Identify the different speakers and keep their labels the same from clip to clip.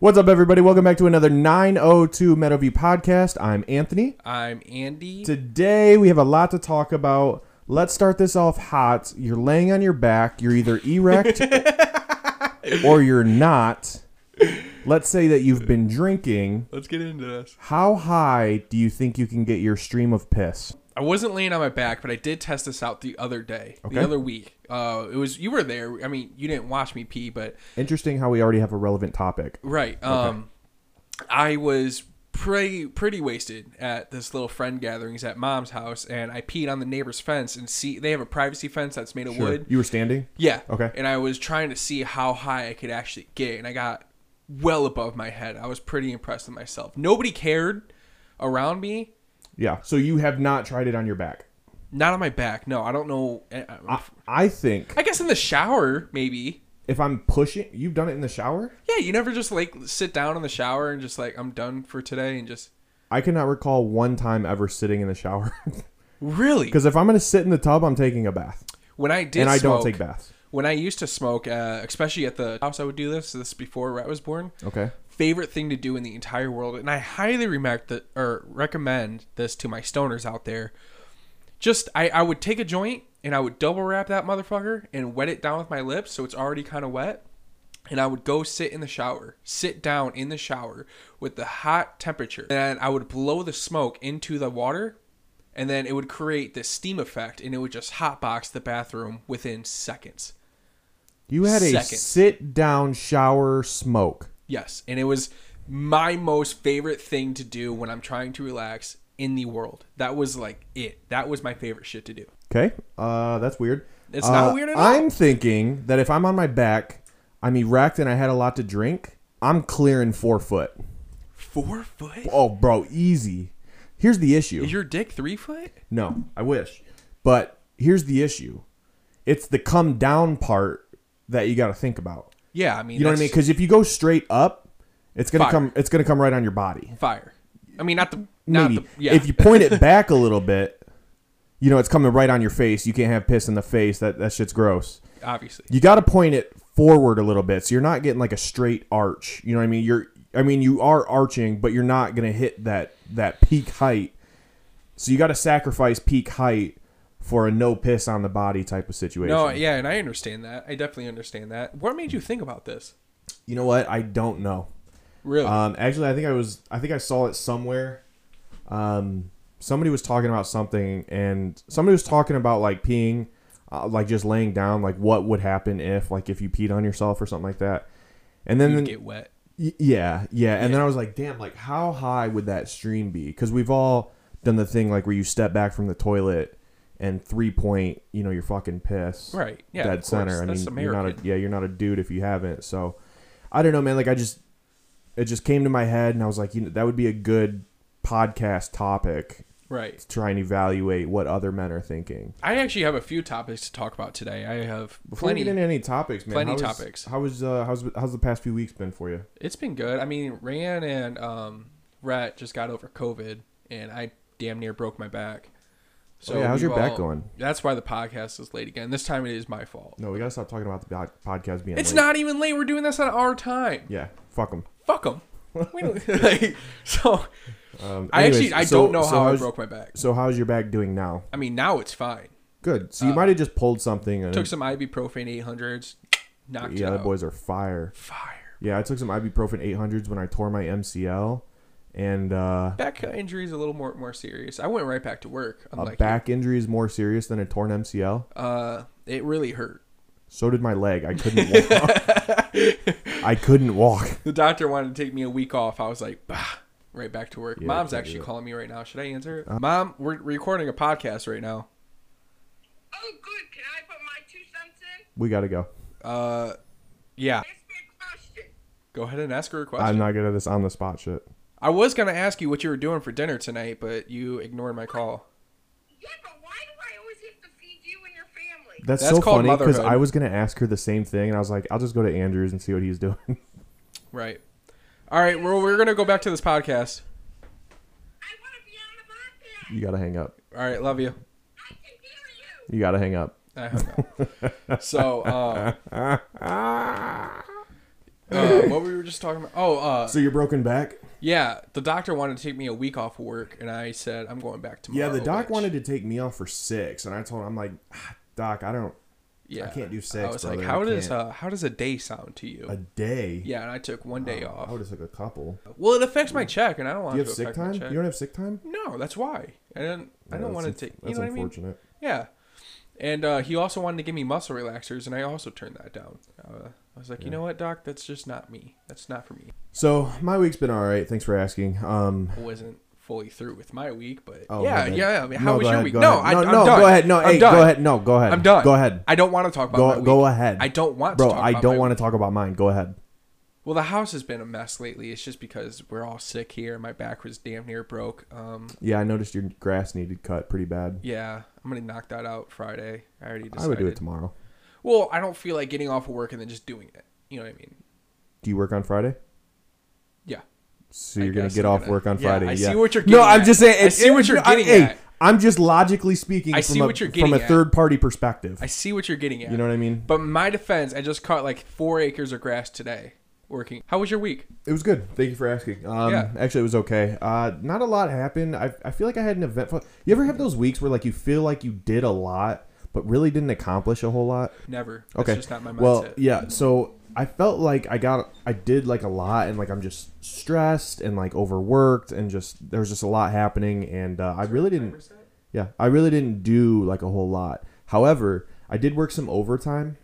Speaker 1: What's up, everybody? Welcome back to another 902 Meadowview podcast. I'm Anthony.
Speaker 2: I'm Andy.
Speaker 1: Today, we have a lot to talk about. Let's start this off hot. You're laying on your back. You're either erect or you're not. Let's say that you've been drinking.
Speaker 2: Let's get into this.
Speaker 1: How high do you think you can get your stream of piss?
Speaker 2: I wasn't laying on my back, but I did test this out the other day,
Speaker 1: Okay.
Speaker 2: the other week. Uh, it was you were there. I mean, you didn't watch me pee, but
Speaker 1: Interesting how we already have a relevant topic.
Speaker 2: right. Um, I was pretty pretty wasted at this little friend gatherings at mom's house, and I peed on the neighbor's fence and see they have a privacy fence that's made of
Speaker 1: Sure.
Speaker 2: wood.
Speaker 1: You were standing?
Speaker 2: Yeah.
Speaker 1: Okay.
Speaker 2: And I was trying to see how high I could actually get, and I got well above my head. I was pretty impressed with myself. Nobody cared around me.
Speaker 1: Yeah. So you have not tried it on your back.
Speaker 2: Not on my back. No, I don't know. Eh, I,
Speaker 1: I, I think
Speaker 2: I guess in the shower, maybe.
Speaker 1: if I'm pushing, you've done it in the shower?
Speaker 2: Yeah, you never just like sit down in the shower and just like I'm done for today and just
Speaker 1: I cannot recall one time ever sitting in the shower.
Speaker 2: really.
Speaker 1: Because if I'm going to sit in the tub, I'm taking a bath.
Speaker 2: When I did,
Speaker 1: and I
Speaker 2: smoke,
Speaker 1: don't take baths.
Speaker 2: When I used to smoke, uh, especially at the house, I would do this. This is before Rhett was born.
Speaker 1: Okay.
Speaker 2: Favorite thing to do in the entire world, and I highly remark that or recommend this to my stoners out there. Just I, I would take a joint and I would double wrap that motherfucker and wet it down with my lips so it's already kind of wet. and I would go sit in the shower, sit down in the shower with the hot temperature, and I would blow the smoke into the water, and then it would create this steam effect, and it would just hotbox the bathroom within seconds.
Speaker 1: You had a
Speaker 2: Second.
Speaker 1: sit down shower smoke.
Speaker 2: Yes, and it was my most favorite thing to do when I'm trying to relax in the world. That was like it. That was my favorite shit to do.
Speaker 1: Okay. Uh, that's weird.
Speaker 2: It's
Speaker 1: Uh,
Speaker 2: not weird at all.
Speaker 1: I'm thinking that if I'm on my back, I'm erect and I had a lot to drink, I'm clearing four foot.
Speaker 2: Four foot?
Speaker 1: Oh, bro, easy. Here's the issue.
Speaker 2: Is your dick three foot?
Speaker 1: No, I wish. But here's the issue. It's the come down part that you got to think about.
Speaker 2: Yeah, I mean,
Speaker 1: You know what I mean?
Speaker 2: that's
Speaker 1: Because if you go straight up, it's gonna
Speaker 2: Fire.
Speaker 1: come. It's gonna come right on your body.
Speaker 2: Fire. I mean, not the not
Speaker 1: Maybe
Speaker 2: the yeah.
Speaker 1: if you point it back a little bit, you know it's coming right on your face. You can't have piss in the face. That that shit's gross.
Speaker 2: obviously.
Speaker 1: You got to point it forward a little bit, so you're not getting like a straight arch. You know what I mean? You're. I mean, you are arching, but you're not gonna hit that that peak height. So you got to sacrifice peak height for a no piss on the body type of situation.
Speaker 2: No, yeah, and I understand that. I definitely understand that. What made you think about this?
Speaker 1: You know what? I don't know.
Speaker 2: Really?
Speaker 1: Um, actually, I think I was. I think I saw it somewhere. Um, somebody was talking about something, and somebody was talking about like peeing, uh, like just laying down, like what would happen if, like, if you peed on yourself or something like that. And then,
Speaker 2: you get wet.
Speaker 1: y- yeah, yeah. And then I was like, damn, like how high would that stream be? Because we've all done the thing like where you step back from the toilet and three point, you know, your fucking piss
Speaker 2: Right. Yeah. of
Speaker 1: dead
Speaker 2: course.
Speaker 1: center. I mean,
Speaker 2: That's
Speaker 1: you're not a
Speaker 2: American.
Speaker 1: yeah, you're not a dude if you haven't. So, I don't know, man. Like I just, it just came to my head, and I was like, you know, that would be a good podcast topic
Speaker 2: right.
Speaker 1: to try and evaluate what other men are thinking.
Speaker 2: I actually have a few topics to talk about today. I have
Speaker 1: Before we
Speaker 2: plenty.
Speaker 1: get into any topics, man.
Speaker 2: plenty
Speaker 1: how is-
Speaker 2: topics.
Speaker 1: How was uh, how's how's the past few weeks been for you?
Speaker 2: It's been good. I mean, Ran and um, Rhett just got over COVID, and I damn near broke my back. So
Speaker 1: Oh, yeah, how's
Speaker 2: we've
Speaker 1: your back
Speaker 2: all-
Speaker 1: going?
Speaker 2: That's why the podcast is late again. This time it is my fault.
Speaker 1: No, we gotta stop talking about the pod- podcast being.
Speaker 2: It's
Speaker 1: late.
Speaker 2: not even late. We're doing this on our time.
Speaker 1: Yeah, fuck them.
Speaker 2: Fuck them. We don't, like, so
Speaker 1: Um,
Speaker 2: I
Speaker 1: anyways,
Speaker 2: actually I
Speaker 1: so-
Speaker 2: don't know
Speaker 1: so
Speaker 2: how I
Speaker 1: how's-
Speaker 2: broke my back.
Speaker 1: So how's your back doing now?
Speaker 2: I mean, now it's fine.
Speaker 1: Good. So you
Speaker 2: Uh,
Speaker 1: might have just pulled something. And,
Speaker 2: Took some ibuprofen 800s, knocked
Speaker 1: yeah,
Speaker 2: it
Speaker 1: the
Speaker 2: out.
Speaker 1: boys are fire.
Speaker 2: Fire.
Speaker 1: Yeah, I took some ibuprofen 800s when I tore my MCL, and uh,
Speaker 2: Back injury is a little more more serious. I went right back to work.
Speaker 1: a
Speaker 2: Unlike
Speaker 1: back injury is more serious than a torn MCL.
Speaker 2: you. Uh, it really hurt.
Speaker 1: So did my leg. I couldn't walk. I couldn't walk.
Speaker 2: The doctor wanted to take me a week off. I was like, bah, right back to work.
Speaker 1: Yeah, Uh-huh.
Speaker 2: Mom's
Speaker 1: can't
Speaker 2: actually
Speaker 1: do it.
Speaker 2: calling me right now. Should I answer it? Mom, we're recording a podcast right now.
Speaker 3: Oh, good. Can I put my two cents in?
Speaker 1: We gotta go.
Speaker 2: Uh, yeah.
Speaker 3: Ask me a question.
Speaker 2: Go ahead and ask her a question.
Speaker 1: I'm not good at this on the spot shit.
Speaker 2: I was gonna ask you what you were doing for dinner tonight, but you ignored my call.
Speaker 3: Yeah, but why do I always have to feed you and your family?
Speaker 1: That's,
Speaker 2: That's
Speaker 1: so
Speaker 2: called
Speaker 1: funny because
Speaker 2: motherhood.
Speaker 1: I was gonna ask her the same thing, and I was like, I'll just go to Andrews and see what he's doing.
Speaker 2: Right. All right. Well, we're gonna go back to this podcast.
Speaker 3: I want to be on the podcast.
Speaker 1: you gotta hang up.
Speaker 2: All right. Love you.
Speaker 3: I can hear you.
Speaker 1: You gotta hang up.
Speaker 2: I hung up. so, um, uh, uh, what we were just talking about. Oh, uh,
Speaker 1: So you're broken back?
Speaker 2: yeah. The doctor wanted to take me a week off work, and I said I'm going back tomorrow.
Speaker 1: Yeah, the doc
Speaker 2: which-
Speaker 1: wanted to take me off for six, and I told him, I'm like, "Ah, Doc, I don't
Speaker 2: Yeah,
Speaker 1: can't do six,
Speaker 2: I was like,
Speaker 1: brother,
Speaker 2: how
Speaker 1: I
Speaker 2: does
Speaker 1: can't."
Speaker 2: uh, how does a day sound to you?
Speaker 1: a day.
Speaker 2: yeah, and I took one day
Speaker 1: I
Speaker 2: off.
Speaker 1: would have took a couple.
Speaker 2: Well, it affects my check, and I don't want
Speaker 1: Do you have
Speaker 2: to
Speaker 1: sick
Speaker 2: affect
Speaker 1: time?
Speaker 2: my
Speaker 1: You
Speaker 2: check.
Speaker 1: don't have sick time?
Speaker 2: No, that's why. I don't. I
Speaker 1: Yeah,
Speaker 2: don't
Speaker 1: that's
Speaker 2: want to
Speaker 1: unf-
Speaker 2: take. You
Speaker 1: That's
Speaker 2: know what I mean?
Speaker 1: unfortunate.
Speaker 2: Yeah. And uh, he also wanted to give me muscle relaxers, and I also turned that down. Uh, I was like, you know what, doc? That's just not me. That's not for me.
Speaker 1: So my week's been all right. Thanks for asking. Um,
Speaker 2: I wasn't fully through with my week, but
Speaker 1: oh, my
Speaker 2: yeah,
Speaker 1: bad.
Speaker 2: yeah. I mean, how
Speaker 1: No,
Speaker 2: was
Speaker 1: go
Speaker 2: your
Speaker 1: ahead,
Speaker 2: week?
Speaker 1: go
Speaker 2: No,
Speaker 1: ahead.
Speaker 2: I,
Speaker 1: no,
Speaker 2: I'm
Speaker 1: no,
Speaker 2: done.
Speaker 1: go ahead. No,
Speaker 2: I'm
Speaker 1: hey,
Speaker 2: done.
Speaker 1: go ahead. No, go ahead.
Speaker 2: I'm done.
Speaker 1: Go ahead.
Speaker 2: I don't want to talk about. my
Speaker 1: Go,
Speaker 2: week.
Speaker 1: go ahead.
Speaker 2: I don't want.
Speaker 1: Bro,
Speaker 2: to talk
Speaker 1: I
Speaker 2: about
Speaker 1: don't
Speaker 2: my
Speaker 1: want
Speaker 2: week.
Speaker 1: to talk about mine. Go ahead.
Speaker 2: Well, the house has been a mess lately. It's just because we're all sick here. My back was damn near broke. Um,
Speaker 1: Yeah, I noticed your grass needed cut pretty bad.
Speaker 2: yeah, I'm gonna knock that out Friday. I already decided.
Speaker 1: I would do it tomorrow.
Speaker 2: Well, I don't feel like getting off of work and then just doing it. You know what I mean?
Speaker 1: Do you work on Friday?
Speaker 2: Yeah.
Speaker 1: So
Speaker 2: I
Speaker 1: you're gonna
Speaker 2: guess
Speaker 1: get
Speaker 2: I'm
Speaker 1: off
Speaker 2: gonna-
Speaker 1: work on
Speaker 2: yeah,
Speaker 1: Friday.
Speaker 2: I
Speaker 1: yeah.
Speaker 2: see what you're
Speaker 1: No,
Speaker 2: getting
Speaker 1: I'm
Speaker 2: at.
Speaker 1: just saying.
Speaker 2: I see what you're getting
Speaker 1: I,
Speaker 2: at.
Speaker 1: I'm just logically speaking
Speaker 2: I
Speaker 1: from
Speaker 2: see
Speaker 1: a,
Speaker 2: what you're
Speaker 1: from a
Speaker 2: getting at.
Speaker 1: third party perspective.
Speaker 2: I see what you're getting at.
Speaker 1: You know what I mean?
Speaker 2: But in my defense, I just caught like four acres of grass today working. How was your week?
Speaker 1: It was good. Thank you for asking. Um,
Speaker 2: Yeah.
Speaker 1: Actually, it was okay. Uh, not a lot happened. I, I feel like I had an eventful. You ever have those weeks where like you feel like you did a lot but really didn't accomplish a whole lot?
Speaker 2: Never. That's
Speaker 1: Okay.
Speaker 2: just not my mindset.
Speaker 1: Well, yeah. So I felt like I got I did like a lot and like I'm just stressed and like overworked and just there's just a lot happening and uh, I really didn't. Yeah, I really didn't do like a whole lot. However, I did work some overtime,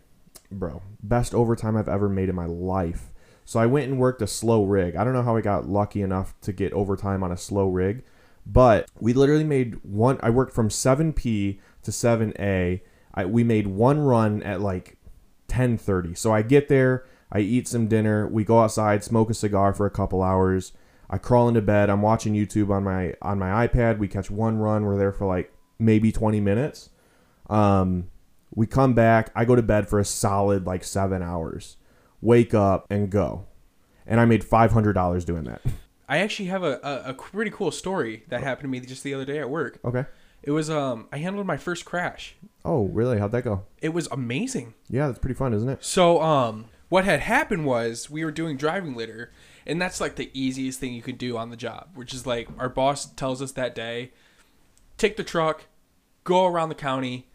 Speaker 1: bro. Best overtime I've ever made in my life. So I went and worked a slow rig. I don't know how I got lucky enough to get overtime on a slow rig, but we literally made one. I worked from 7p to 7a. I, we made one run at like 10:30. So I get there, I eat some dinner, we go outside, smoke a cigar for a couple hours. I crawl into bed, I'm watching YouTube on my on my iPad. We catch one run, we're there for like maybe 20 minutes. Um we come back, I go to bed for a solid like 7 hours. Wake up and go. And I made $500 doing that.
Speaker 2: I actually have a, a, a pretty cool story that happened to me just the other day at work.
Speaker 1: Okay.
Speaker 2: It was um I handled my first crash.
Speaker 1: Oh, really? How'd that go?
Speaker 2: It was amazing.
Speaker 1: Yeah, that's pretty fun, isn't it?
Speaker 2: So um what had happened was we were doing driving litter and that's like the easiest thing you can do on the job, which is like our boss tells us that day, take the truck, go around the county,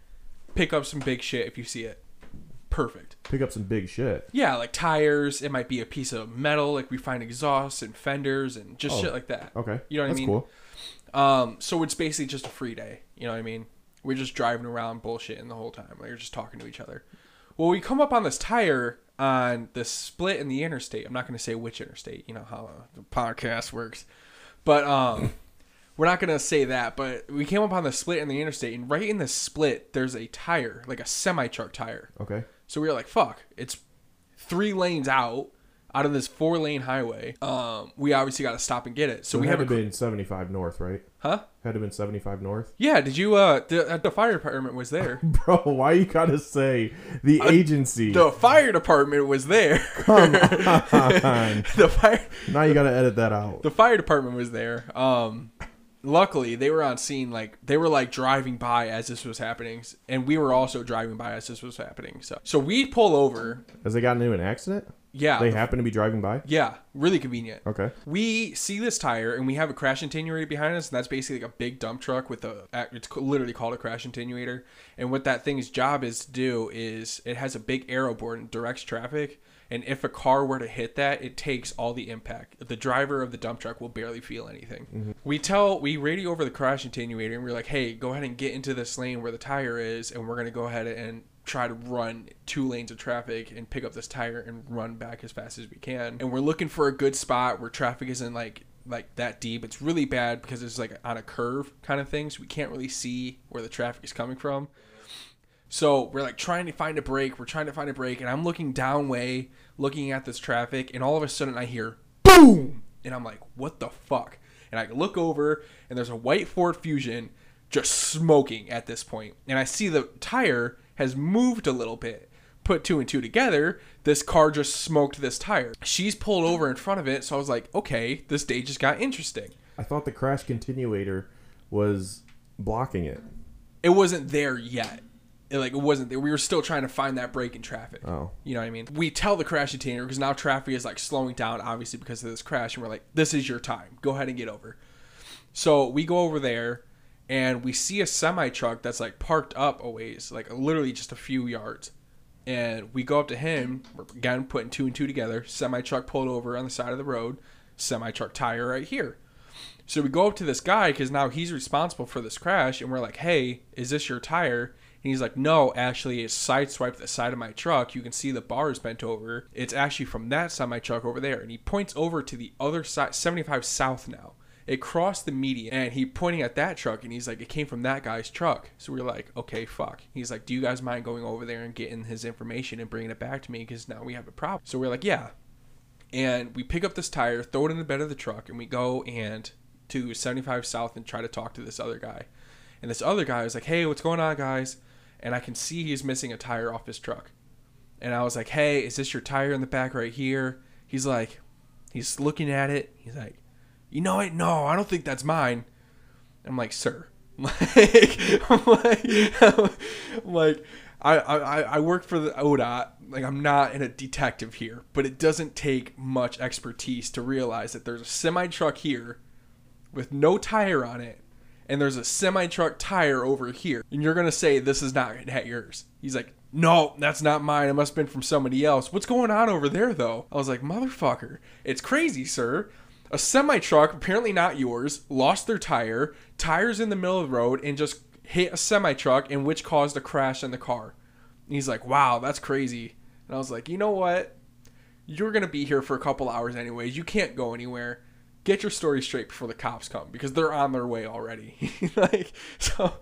Speaker 2: pick up some big shit if you see it. Perfect.
Speaker 1: Pick up some big shit.
Speaker 2: Yeah, like tires. It might be a piece of metal, like we find exhausts and fenders and just
Speaker 1: Oh,
Speaker 2: shit like that.
Speaker 1: Okay.
Speaker 2: you know what
Speaker 1: that's
Speaker 2: I mean.
Speaker 1: cool.
Speaker 2: Um, so it's basically just a free day. You know what I mean? We're just driving around bullshitting the whole time. Like we're just talking to each other. Well, we come up on this tire on the split in the interstate. I'm not going to say which interstate. You know how uh, the podcast works, but um, we're not going to say that. But we came up on the split in the interstate, and right in the split, there's a tire, like a semi truck tire.
Speaker 1: Okay.
Speaker 2: So we were like, fuck, it's three lanes out out of this four lane highway. Um, we obviously got to stop and get it.
Speaker 1: So
Speaker 2: So, we
Speaker 1: it had
Speaker 2: have
Speaker 1: to
Speaker 2: a
Speaker 1: have been 75 north, right?
Speaker 2: huh?
Speaker 1: Had to have been 75 north.
Speaker 2: Yeah. Did you? Uh, the uh, the fire department was there.
Speaker 1: Bro, why you gotta say the agency?
Speaker 2: the fire department was there. the fire
Speaker 1: now you gotta edit that out.
Speaker 2: the fire department was there. Um, luckily they were on scene. Like they were like driving by as this was happening, and we were also driving by as this was happening. So so we pull over.
Speaker 1: Has they gotten into an accident?
Speaker 2: Yeah.
Speaker 1: They happen to be driving by?
Speaker 2: yeah. Really convenient.
Speaker 1: Okay.
Speaker 2: We see this tire and we have a crash attenuator behind us, and that's basically like a big dump truck with a. It's co- literally called a crash attenuator, and what that thing's job is to do is it has a big arrow board and directs traffic, and if a car were to hit that, it takes all the impact. The driver of the dump truck will barely feel anything. We tell we radio over the crash attenuator, and we're like, "Hey, go ahead and get into this lane where the tire is, and we're gonna go ahead and." try to run two lanes of traffic and pick up this tire and run back as fast as we can. And we're looking for a good spot where traffic isn't like like that deep. It's really bad because it's like on a curve kind of thing, so we can't really see where the traffic is coming from. So we're like trying to find a break. We're trying to find a break, and I'm looking down way, looking at this traffic, and all of a sudden I hear boom, and I'm like, what the fuck? And I look over, and there's a white Ford Fusion just smoking at this point, and I see the tire has moved a little bit. Put two and two together, this car just smoked this tire. She's pulled over in front of it, so I was like, okay, this day just got interesting.
Speaker 1: I thought the crash continuator was blocking it.
Speaker 2: It wasn't there yet. it, like it wasn't there. We were still trying to find that break in traffic.
Speaker 1: Oh.
Speaker 2: You know what I mean? We tell the crash detainer because now traffic is like slowing down, obviously because of this crash, and we're like, "This is your time. Go ahead and get over." So we go over there, and we see a semi truck that's like parked up a ways, like literally just a few yards. And we go up to him. We're again putting two and two together. Semi truck pulled over on the side of the road. Semi truck tire right here. So we go up to this guy because now he's responsible for this crash, and we're like, "Hey, is this your tire?" And he's like, "No, actually, it sideswiped the side of my truck. You can see the bar is bent over. It's actually from that side of my truck over there." And he points over to the other side, 75 south now. It crossed the median, and he pointing at that truck, and he's like, "It came from that guy's truck." So we're like, "Okay, fuck." He's like, "Do you guys mind going over there and getting his information and bringing it back to me? Because now we have a problem." So we're like, "Yeah, and we pick up this tire, throw it in the bed of the truck, and we go and to 75 South and try to talk to this other guy. And this other guy was like, "Hey, what's going on, guys?" And I can see he's missing a tire off his truck. And I was like, "Hey, is this your tire in the back right here?" He's like, he's looking at it. He's like, "You know it? No, I don't think that's mine." I'm like, sir. Like, I'm like, I'm like I, I, I work for the ODOT. Like, I'm not in a detective here, but it doesn't take much expertise to realize that there's a semi truck here with no tire on it, and there's a semi truck tire over here, and you're gonna say this is not not yours. He's like, no, that's not mine. It must have been from somebody else. What's going on over there though? I was like, motherfucker, it's crazy, sir. A semi truck, apparently not yours, lost their tire, tires in the middle of the road, and just hit a semi truck, and which caused a crash in the car. And he's like, wow, that's crazy. And I was like, you know what? you're gonna be here for a couple hours anyways. You can't go anywhere. Get your story straight before the cops come because they're on their way already. like so,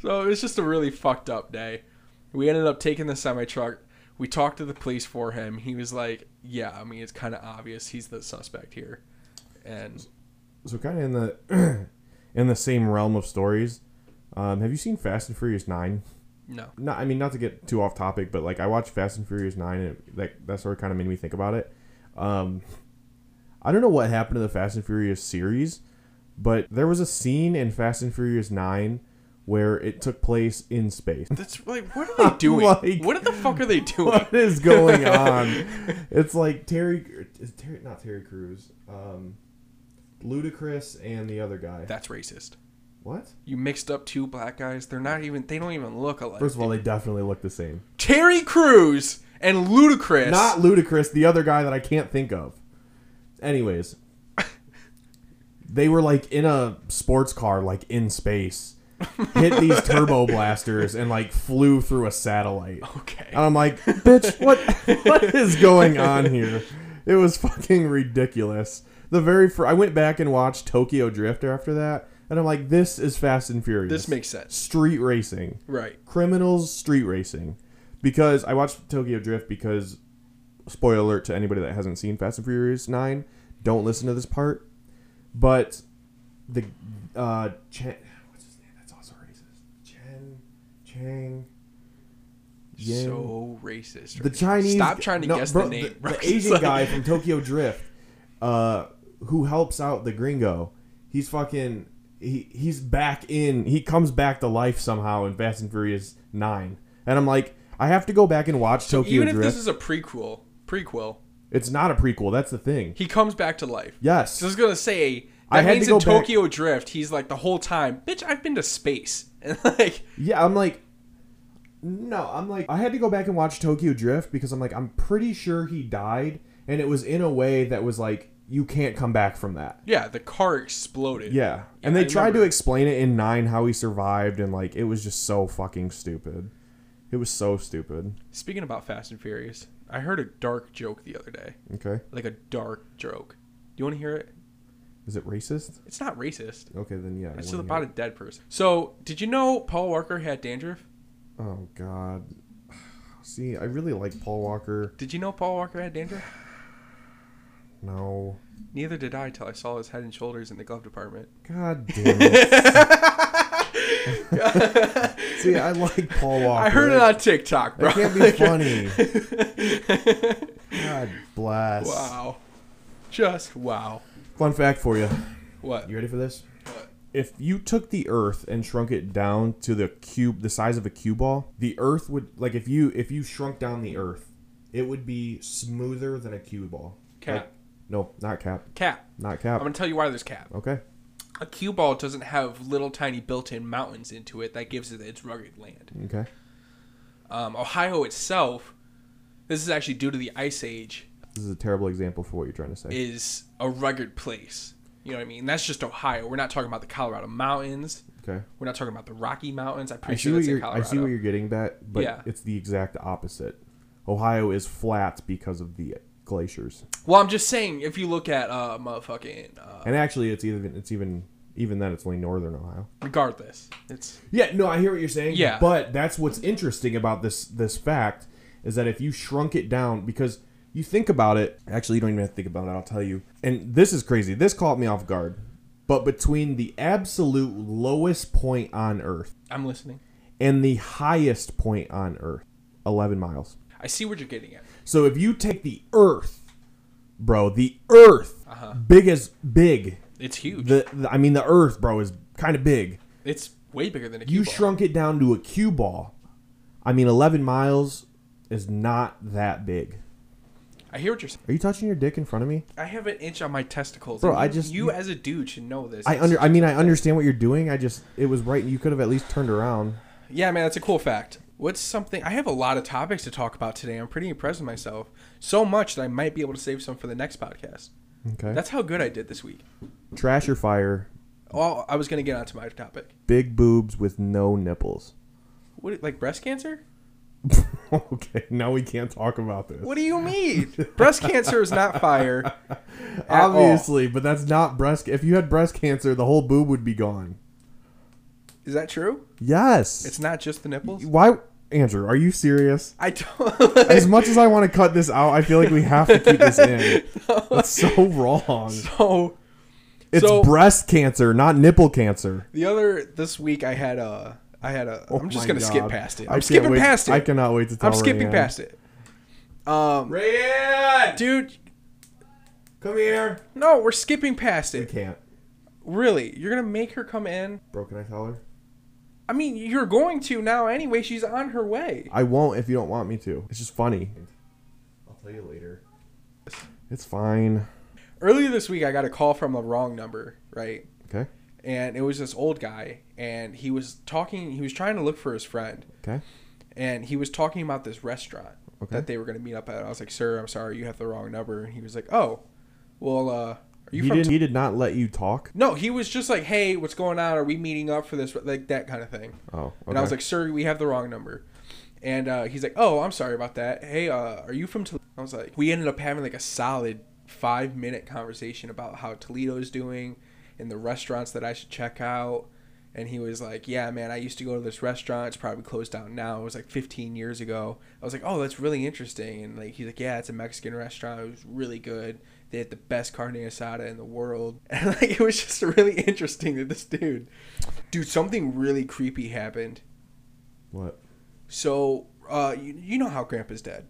Speaker 2: so it was just a really fucked up day. We ended up taking the semi truck. We talked to the police for him. He was like, "Yeah, I mean it's kind of obvious he's the suspect here." And
Speaker 1: So kind of in the in the same realm of stories. Um, have you seen Fast and Furious Nine?
Speaker 2: no,
Speaker 1: Not, I mean, not to get too off topic, but like I watched Fast and Furious Nine, and it, that that sort of kind of made me think about it. Um, I don't know what happened to the Fast and Furious series, but there was a scene in Fast and Furious Nine where it took place in space.
Speaker 2: that's like, what are they doing?
Speaker 1: Like-
Speaker 2: what the fuck are they doing?
Speaker 1: what is going on? it's like Terry, is Terry, not Terry Crews, um, Ludacris, and the other guy.
Speaker 2: That's racist.
Speaker 1: what?
Speaker 2: You mixed up two black guys. They're not even. They don't even look alike.
Speaker 1: First of all, they definitely look the same.
Speaker 2: Terry Crews and Ludacris.
Speaker 1: Not Ludacris, the other guy that I can't think of. Anyways, they were like in a sports car, like in space, hit these turbo blasters, and like flew through a satellite.
Speaker 2: okay.
Speaker 1: And I'm like, bitch, what what is going on here? It was fucking ridiculous. The very fir- I went back and watched Tokyo Drift after that, and I'm like, this is Fast and Furious.
Speaker 2: This makes sense.
Speaker 1: street racing.
Speaker 2: Right.
Speaker 1: criminals street racing because i watched tokyo drift because spoiler alert to anybody that hasn't seen fast and furious 9 don't listen to this part but the uh chen what's his name that's also racist chen chang Yang-
Speaker 2: So racist.
Speaker 1: the Chinese.
Speaker 2: Stop trying to
Speaker 1: no,
Speaker 2: guess
Speaker 1: bro,
Speaker 2: the name.
Speaker 1: The,
Speaker 2: bro.
Speaker 1: the Asian
Speaker 2: It's like-
Speaker 1: guy from Tokyo Drift, uh, who helps out the gringo, he's fucking. He, he's back in. He comes back to life somehow in Fast and Furious Nine, and I'm like, I have to go back and watch Tokyo
Speaker 2: Even if
Speaker 1: Drift.
Speaker 2: this is a prequel, prequel,
Speaker 1: it's not a prequel. That's the thing.
Speaker 2: he comes back to life.
Speaker 1: Yes.
Speaker 2: So I was gonna say that
Speaker 1: I had
Speaker 2: means
Speaker 1: to go
Speaker 2: in
Speaker 1: back-
Speaker 2: Tokyo Drift, he's like the whole time, bitch. I've been to space, and like,
Speaker 1: Yeah, I'm like, no, I'm like, I had to go back and watch Tokyo Drift because I'm like, I'm pretty sure he died, and it was in a way that was like, you can't come back from that.
Speaker 2: yeah, the car exploded.
Speaker 1: Yeah. And they
Speaker 2: Yeah, I
Speaker 1: tried to
Speaker 2: remember.
Speaker 1: explain it in 9 how he survived and like it was just so fucking stupid. It was so stupid.
Speaker 2: Speaking about Fast and Furious, I heard a dark joke the other day,
Speaker 1: Okay.
Speaker 2: like a dark joke. Do you want to hear it?
Speaker 1: Is it racist?
Speaker 2: It's not racist.
Speaker 1: Okay, then yeah. I
Speaker 2: It's
Speaker 1: wanna
Speaker 2: about
Speaker 1: hear
Speaker 2: a dead person. So, did you know Paul Walker had dandruff?
Speaker 1: it. Oh god. See, I really like Paul Walker.
Speaker 2: Did you know Paul Walker had dandruff?
Speaker 1: No.
Speaker 2: Neither did I till I saw his head and shoulders in the glove department.
Speaker 1: God damn it. See, I like Paul Walker.
Speaker 2: I heard it
Speaker 1: That-
Speaker 2: on TikTok, bro.
Speaker 1: That can't be funny. God bless.
Speaker 2: wow. Just wow.
Speaker 1: Fun fact for you.
Speaker 2: What?
Speaker 1: You ready for this?
Speaker 2: What?
Speaker 1: if you took the earth and shrunk it down to the cube the size of a cue ball the earth would like if you if you shrunk down the earth it would be smoother than a cue ball
Speaker 2: Cap.
Speaker 1: Like- no not cap
Speaker 2: Cap.
Speaker 1: not
Speaker 2: I'm
Speaker 1: cap
Speaker 2: gonna tell you why there's cap.
Speaker 1: okay
Speaker 2: A cue ball doesn't have little tiny built-in mountains into it that gives it its rugged land.
Speaker 1: okay
Speaker 2: Um, Ohio itself, this is actually due to the ice age,
Speaker 1: this is a terrible example for what you're trying to say
Speaker 2: is a rugged place. You know what I mean? That's just Ohio. We're not talking about the Colorado mountains.
Speaker 1: okay
Speaker 2: We're not talking about the Rocky Mountains. I'm
Speaker 1: I
Speaker 2: pretty
Speaker 1: see
Speaker 2: sure
Speaker 1: what
Speaker 2: that's in
Speaker 1: you're
Speaker 2: Colorado.
Speaker 1: I see what you're getting at but
Speaker 2: Yeah.
Speaker 1: it's the exact opposite Ohio is flat because of the glaciers
Speaker 2: well, I'm just saying, if you look at uh, motherfucking, uh,
Speaker 1: and actually it's even it's even even then it's only northern Ohio
Speaker 2: regardless, it's
Speaker 1: Yeah, no, I hear what you're saying.
Speaker 2: Yeah.
Speaker 1: but that's what's interesting about this this fact is that if you shrunk it down, because you think about it, actually, you don't even have to think about it. I'll tell you. And this is crazy. This caught me off guard. But between the absolute lowest point on Earth
Speaker 2: I'm listening.
Speaker 1: and the highest point on Earth, eleven miles.
Speaker 2: I see what you're getting at.
Speaker 1: So if you take the Earth, bro, the Earth, big as big.
Speaker 2: It's huge.
Speaker 1: The, the I mean, the Earth, bro, is kind of big.
Speaker 2: it's way bigger than a
Speaker 1: you
Speaker 2: cue ball.
Speaker 1: shrunk it down to a cue ball. I mean, 11 miles is not that big.
Speaker 2: I hear what you're saying.
Speaker 1: Are you touching your dick in front of me?
Speaker 2: I have an inch on my testicles.
Speaker 1: Bro,
Speaker 2: and
Speaker 1: I
Speaker 2: you-
Speaker 1: just-
Speaker 2: you,
Speaker 1: you-
Speaker 2: as a dude should know this.
Speaker 1: I
Speaker 2: It's
Speaker 1: under.
Speaker 2: just-
Speaker 1: I mean, I understand what you're doing. I just it was right. You could have at least turned around.
Speaker 2: yeah, man, that's a cool fact. What's something? I have a lot of topics to talk about today. I'm pretty impressed with myself. So much that I might be able to save some for the next podcast.
Speaker 1: Okay.
Speaker 2: That's how good I did this week.
Speaker 1: Trash or fire?
Speaker 2: Oh, I was gonna get onto my topic.
Speaker 1: Big boobs with no nipples.
Speaker 2: What, like breast cancer?
Speaker 1: okay, now we can't talk about this.
Speaker 2: What do you mean? breast cancer is not fire. at all.
Speaker 1: Obviously, but that's not breast. If you had breast cancer, the whole boob would be gone.
Speaker 2: is that true?
Speaker 1: Yes.
Speaker 2: It's not just the nipples.
Speaker 1: Why, Andrew? Are you serious?
Speaker 2: I don't.
Speaker 1: As much as I want to cut this out, I feel like we have to keep this in. That's so wrong.
Speaker 2: so
Speaker 1: It's
Speaker 2: So-
Speaker 1: breast cancer, not nipple cancer.
Speaker 2: the other this week I had a I had a. am just
Speaker 1: Oh my
Speaker 2: gonna skip
Speaker 1: God.
Speaker 2: past it.
Speaker 1: I
Speaker 2: I'm
Speaker 1: can't
Speaker 2: skipping
Speaker 1: wait-
Speaker 2: past it.
Speaker 1: I cannot wait to tell
Speaker 2: I'm skipping
Speaker 1: Rayanne.
Speaker 2: past it. Um,
Speaker 1: Rayanne!
Speaker 2: dude,
Speaker 1: Come here.
Speaker 2: no, we're skipping past
Speaker 1: We
Speaker 2: it.
Speaker 1: can't.
Speaker 2: Really, you're gonna make her come in?
Speaker 1: Bro, can I tell her?
Speaker 2: I mean, you're going to now anyway. She's on her way.
Speaker 1: I won't if you don't want me to. It's just funny. I'll tell you later. It's fine.
Speaker 2: Earlier this week, I got a call from the wrong number, right?
Speaker 1: Okay.
Speaker 2: And it was this old guy, and he was talking. He was trying to look for his friend,
Speaker 1: Okay.
Speaker 2: and he was talking about this restaurant
Speaker 1: Okay.
Speaker 2: that they were gonna meet up at. I was like, "Sir, I'm sorry, you have the wrong number." And he was like, "Oh, well, uh, are you
Speaker 1: he
Speaker 2: from?"
Speaker 1: didn't. he did not let you talk.
Speaker 2: No, he was just like, "Hey, what's going on? Are we meeting up for this? Like that kind of thing."
Speaker 1: Oh. Okay.
Speaker 2: And I was like, "Sir, we have the wrong number." And uh, he's like, "Oh, I'm sorry about that. Hey, uh, are you from?" Toledo? I was like, "We ended up having like a solid five minute conversation about how Toledo's doing and the restaurants that I should check out." And he was like, "Yeah, man, I used to go to this restaurant. It's probably closed down now. It was like 15 years ago." I was like, "Oh, that's really interesting." And like, he's like, "Yeah, it's a Mexican restaurant. It was really good. They had the best carne asada in the world." And like, it was just really interesting that this dude, dude, something really creepy happened.
Speaker 1: what?
Speaker 2: So, uh, you, you know how Grandpa's dead.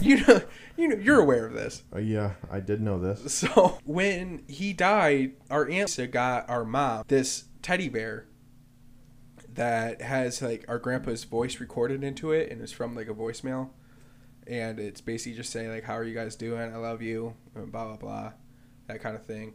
Speaker 2: you know, you know, you're aware of this.
Speaker 1: Uh, yeah, I did know this.
Speaker 2: So when he died, our aunt Lisa got our mom this teddy bear that has like our grandpa's voice recorded into it, and it's from like a voicemail, and it's basically just saying like, "How are you guys doing? I love you," and blah blah blah, that kind of thing.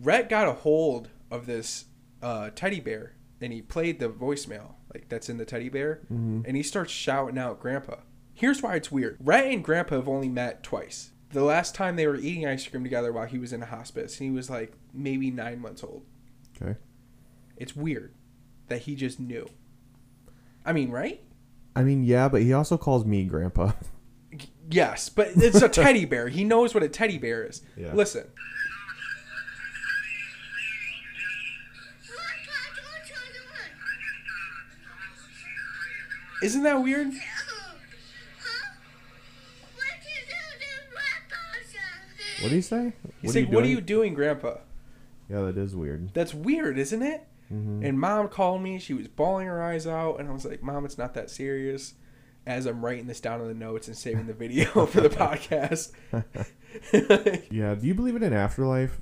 Speaker 2: Rhett got a hold of this uh, teddy bear, and he played the voicemail like that's in the teddy bear,
Speaker 1: Mm-hmm.
Speaker 2: and he starts shouting out "Grandpa." Here's why it's weird. Rhett and Grandpa have only met twice. The last time they were eating ice cream together while he was in hospice, and he was like maybe nine months old.
Speaker 1: Okay.
Speaker 2: It's weird that he just knew. I mean, right?
Speaker 1: I mean, yeah, but he also calls me grandpa.
Speaker 2: Yes, but it's a teddy bear. He knows what a teddy bear is.
Speaker 1: Yeah.
Speaker 2: Listen,
Speaker 3: Look, I told you I don't want-
Speaker 2: isn't that weird?
Speaker 3: Huh? What you do to Grandpa?
Speaker 1: What do you say?
Speaker 2: He's
Speaker 1: are
Speaker 2: like, "What are you doing, Grandpa?"
Speaker 1: Yeah, that is weird.
Speaker 2: That's weird, isn't it?
Speaker 1: Mm-hmm.
Speaker 2: And mom called me. She was bawling her eyes out, and I was like, "Mom, it's not that serious." As I'm writing this down in the notes and saving the video for the podcast.
Speaker 1: Yeah. Do you believe in an afterlife?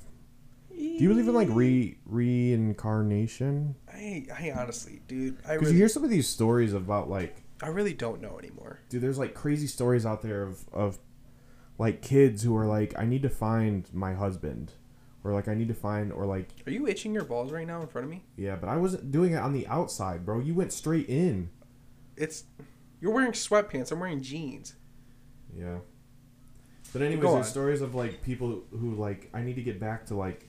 Speaker 1: Do you believe in like re reincarnation?
Speaker 2: I, I honestly, dude, I
Speaker 1: Because
Speaker 2: really,
Speaker 1: you hear some of these stories about like
Speaker 2: I really don't know anymore.
Speaker 1: dude there's like crazy stories out there of of like kids who are like i need to find my husband or like i need to find or like
Speaker 2: Are you itching your balls right now in front of me?
Speaker 1: yeah but i wasn't doing it on the outside bro you went straight in
Speaker 2: It's you're wearing sweatpants. I'm wearing jeans.
Speaker 1: yeah but anyways
Speaker 2: Go
Speaker 1: there's
Speaker 2: on.
Speaker 1: stories of like people who like i need to get back to like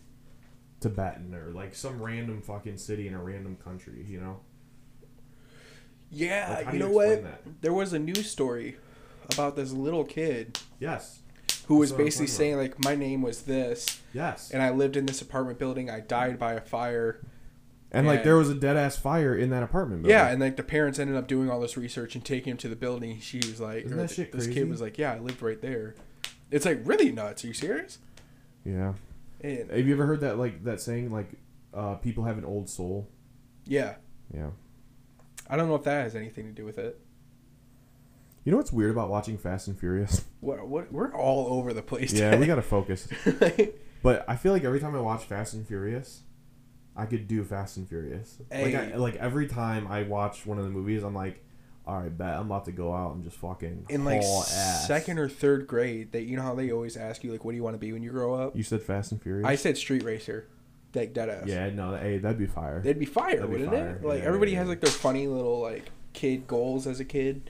Speaker 1: tibetan or like some random fucking city in a random country you know
Speaker 2: Yeah,
Speaker 1: Like, how
Speaker 2: Uh, you
Speaker 1: do
Speaker 2: know
Speaker 1: you
Speaker 2: what?
Speaker 1: explain that?
Speaker 2: There was a news story about this little kid
Speaker 1: yes
Speaker 2: who
Speaker 1: That's
Speaker 2: was
Speaker 1: what I'm
Speaker 2: basically
Speaker 1: talking
Speaker 2: saying like, my name was this,
Speaker 1: yes
Speaker 2: and I lived in this apartment building. I died by a fire.
Speaker 1: and like
Speaker 2: and-
Speaker 1: there was a dead ass fire in that apartment building.
Speaker 2: Yeah, and like the parents ended up doing all this research and taking him to the building. She was like,
Speaker 1: Isn't
Speaker 2: or
Speaker 1: that
Speaker 2: th-
Speaker 1: shit
Speaker 2: this
Speaker 1: crazy?
Speaker 2: kid was like, yeah, I lived right there. It's like really nuts. Are you serious?
Speaker 1: yeah
Speaker 2: And
Speaker 1: have you ever heard that like that saying like uh people have an old soul
Speaker 2: yeah,
Speaker 1: yeah
Speaker 2: I don't know if that has anything to do with it.
Speaker 1: You know what's weird about watching Fast and Furious?
Speaker 2: What? What? We're all over the place.
Speaker 1: yeah, we gotta focus.
Speaker 2: got.
Speaker 1: But I feel like every time I watch Fast and Furious, I could do Fast and Furious. Like,
Speaker 2: Hey.
Speaker 1: I, like every time I watch one of the movies, I'm like, all right, bet I'm about to go out and just fucking
Speaker 2: in like
Speaker 1: haul ass.
Speaker 2: second or third grade that you know how they always ask you like what do you want to be when you grow up
Speaker 1: you said Fast and Furious.
Speaker 2: i said street racer like dead ass
Speaker 1: yeah, no, hey, that'd be fire.
Speaker 2: they'd be fire
Speaker 1: That'd be
Speaker 2: wouldn't
Speaker 1: fire.
Speaker 2: it like
Speaker 1: Yeah,
Speaker 2: everybody
Speaker 1: yeah,
Speaker 2: has
Speaker 1: yeah.
Speaker 2: like their funny little like kid goals as a kid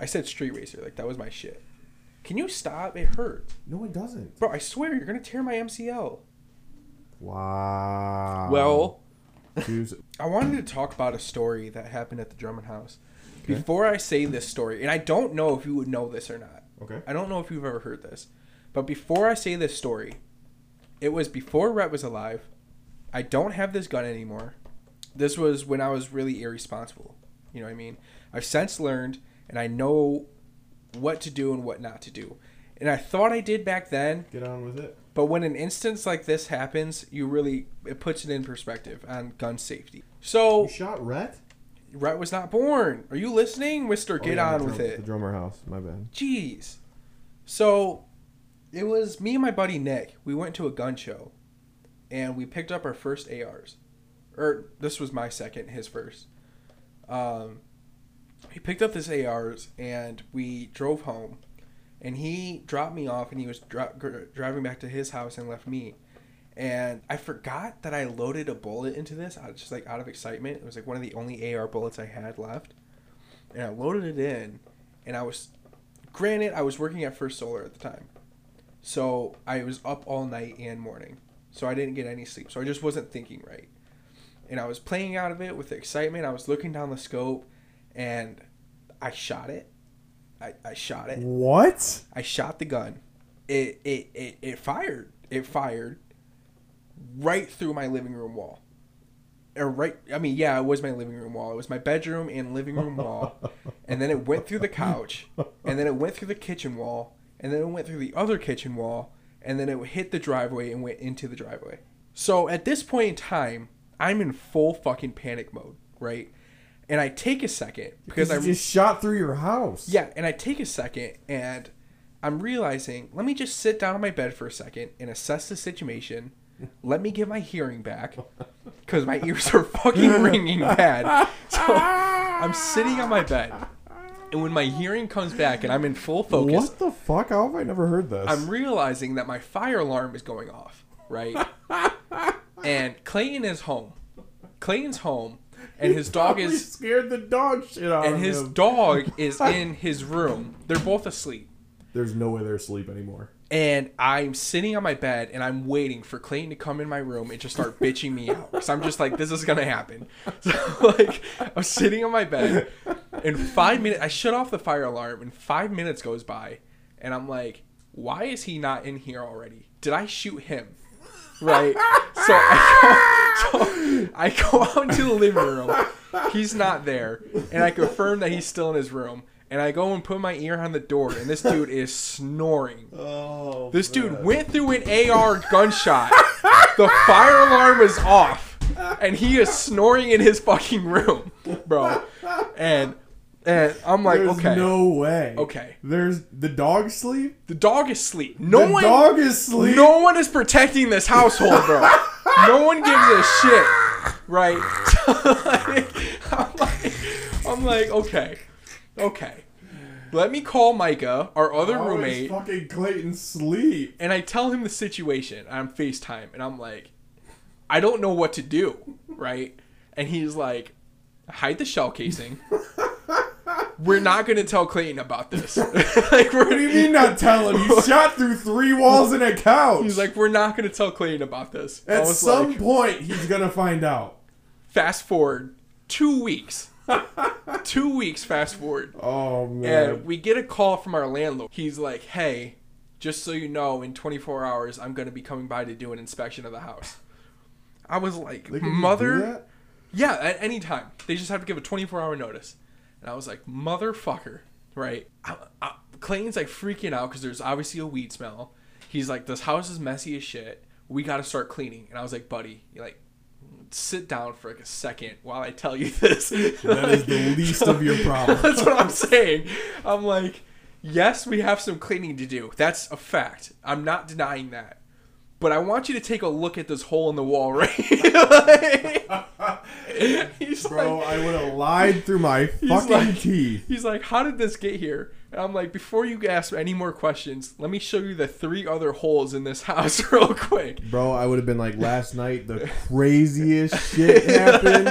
Speaker 2: i said street racer like that was my shit can you stop it hurts
Speaker 1: no, it doesn't.
Speaker 2: bro i swear you're gonna tear my mcl
Speaker 1: Wow.
Speaker 2: well
Speaker 1: Choose-
Speaker 2: i wanted to talk about a story that happened at the drummond house before i say this story and i don't know if you would know this or not
Speaker 1: okay.
Speaker 2: I don't know if you've ever heard this, but before I say this story, it was before Rhett was alive. I don't have this gun anymore. This was when I was really irresponsible. You know what I mean? I've since learned and I know what to do and what not to do. And I thought I did back then,
Speaker 1: Get on with it.
Speaker 2: but when an instance like this happens, you really it puts it in perspective on gun safety.
Speaker 1: You
Speaker 2: So
Speaker 1: shot Rhett?
Speaker 2: Rhett was not born. Are you listening, Mister?
Speaker 1: Oh,
Speaker 2: Get
Speaker 1: yeah, the
Speaker 2: on with
Speaker 1: drum-
Speaker 2: it.
Speaker 1: The drummer house. My bad.
Speaker 2: Jeez. So it was me and my buddy Nick. We went to a gun show and we picked up our first ARs. Or this was my second, his first. Um, he picked up this ARs and we drove home. And he dropped me off and he was dri- gr- driving back to his house and left me. And I forgot that I loaded a bullet into this. I was just like out of excitement. It was like one of the only AR bullets I had left. And I loaded it in and I was granted i was working at first solar at the time so i was up all night and morning so i didn't get any sleep so i just wasn't thinking right and i was playing out of it with excitement i was looking down the scope and i shot it i, I shot it
Speaker 1: What?
Speaker 2: i shot the gun it, it it it fired it fired right through my living room wall or right i mean yeah it was my living room wall it was my bedroom and living room wall and then it went through the couch, and then it went through the kitchen wall, and then it went through the other kitchen wall, and then it hit the driveway and went into the driveway. So at this point in time, I'm in full fucking panic mode, right? And I take a second because
Speaker 1: you
Speaker 2: I'm
Speaker 1: just shot through your house.
Speaker 2: yeah, and I take a second and I'm realizing, let me just sit down on my bed for a second and assess the situation. Let me get my hearing back because my ears are fucking ringing bad. So I'm sitting on my bed, and when my hearing comes back and I'm in full focus,
Speaker 1: What the fuck? How have I never heard this?
Speaker 2: I'm realizing that my fire alarm is going off, right? and Clayton is home. Clayton's home, and his dog
Speaker 1: Probably
Speaker 2: is
Speaker 1: scared the dog shit out
Speaker 2: and
Speaker 1: of
Speaker 2: his
Speaker 1: him.
Speaker 2: dog is in his room. They're both asleep.
Speaker 1: There's no way they're asleep anymore.
Speaker 2: and I'm sitting on my bed and I'm waiting for Clayton to come in my room and just start bitching me out. Because I'm just like, this is gonna happen. So like, I'm sitting on my bed, and five minutes. I shut off the fire alarm, and five minutes goes by, and I'm like, why is he not in here already? Did I shoot him? Right. So I go, so I go out into the living room. He's not there, and I confirm that he's still in his room. And I go and put my ear on the door, and this dude is snoring.
Speaker 1: Oh,
Speaker 2: This dude went through an AR gunshot. the fire alarm is off, and he is snoring in his fucking room, bro. And And I'm like,
Speaker 1: There's
Speaker 2: okay.
Speaker 1: no way.
Speaker 2: Okay.
Speaker 1: There's the dog sleep.
Speaker 2: the dog is asleep. No
Speaker 1: the
Speaker 2: one
Speaker 1: dog is sleep.
Speaker 2: No one is protecting this household, bro. no one gives a shit, right? Like, I'm, like, I'm like, okay, okay. Let me call Micah, our other
Speaker 1: How is
Speaker 2: roommate,
Speaker 1: fucking Clayton sleep.
Speaker 2: and I tell him the situation on FaceTime, and I'm like, I don't know what to do, right? And he's like, hide the shell casing. We're not gonna tell Clayton about this. like, we're,
Speaker 1: What do you mean not telling? He shot through three walls and a couch.
Speaker 2: He's like, we're not gonna tell Clayton about this. I
Speaker 1: at
Speaker 2: was
Speaker 1: some
Speaker 2: like,
Speaker 1: point he's gonna find out.
Speaker 2: fast forward two weeks. two weeks fast forward.
Speaker 1: Oh man.
Speaker 2: And we get a call from our landlord. He's like, hey, just so you know, in 24 hours, I'm going to be coming by to do an inspection of the house. I was like,
Speaker 1: They can just do
Speaker 2: mother.
Speaker 1: that?
Speaker 2: Yeah, at any time. They just have to give a 24 hour notice. And I was like, motherfucker. Right. I, I, Clayton's like freaking out because there's obviously a weed smell. He's like, this house is messy as shit. We got to start cleaning. And I was like, buddy, you like, sit down for like a second while I tell you this.
Speaker 1: That is the least of your problems.
Speaker 2: That's what I'm saying. I'm like, yes, we have some cleaning to do. That's a fact. I'm not denying that. But I want you to take a look at this hole in the wall, right? Like- he's
Speaker 1: Bro,
Speaker 2: like,
Speaker 1: I would have lied through my fucking
Speaker 2: like-
Speaker 1: teeth.
Speaker 2: he's like, how did this get here? And I'm like, before you ask any more questions, let me show you the three other holes in this house real quick.
Speaker 1: Bro, I would have been like, last night the craziest shit happened.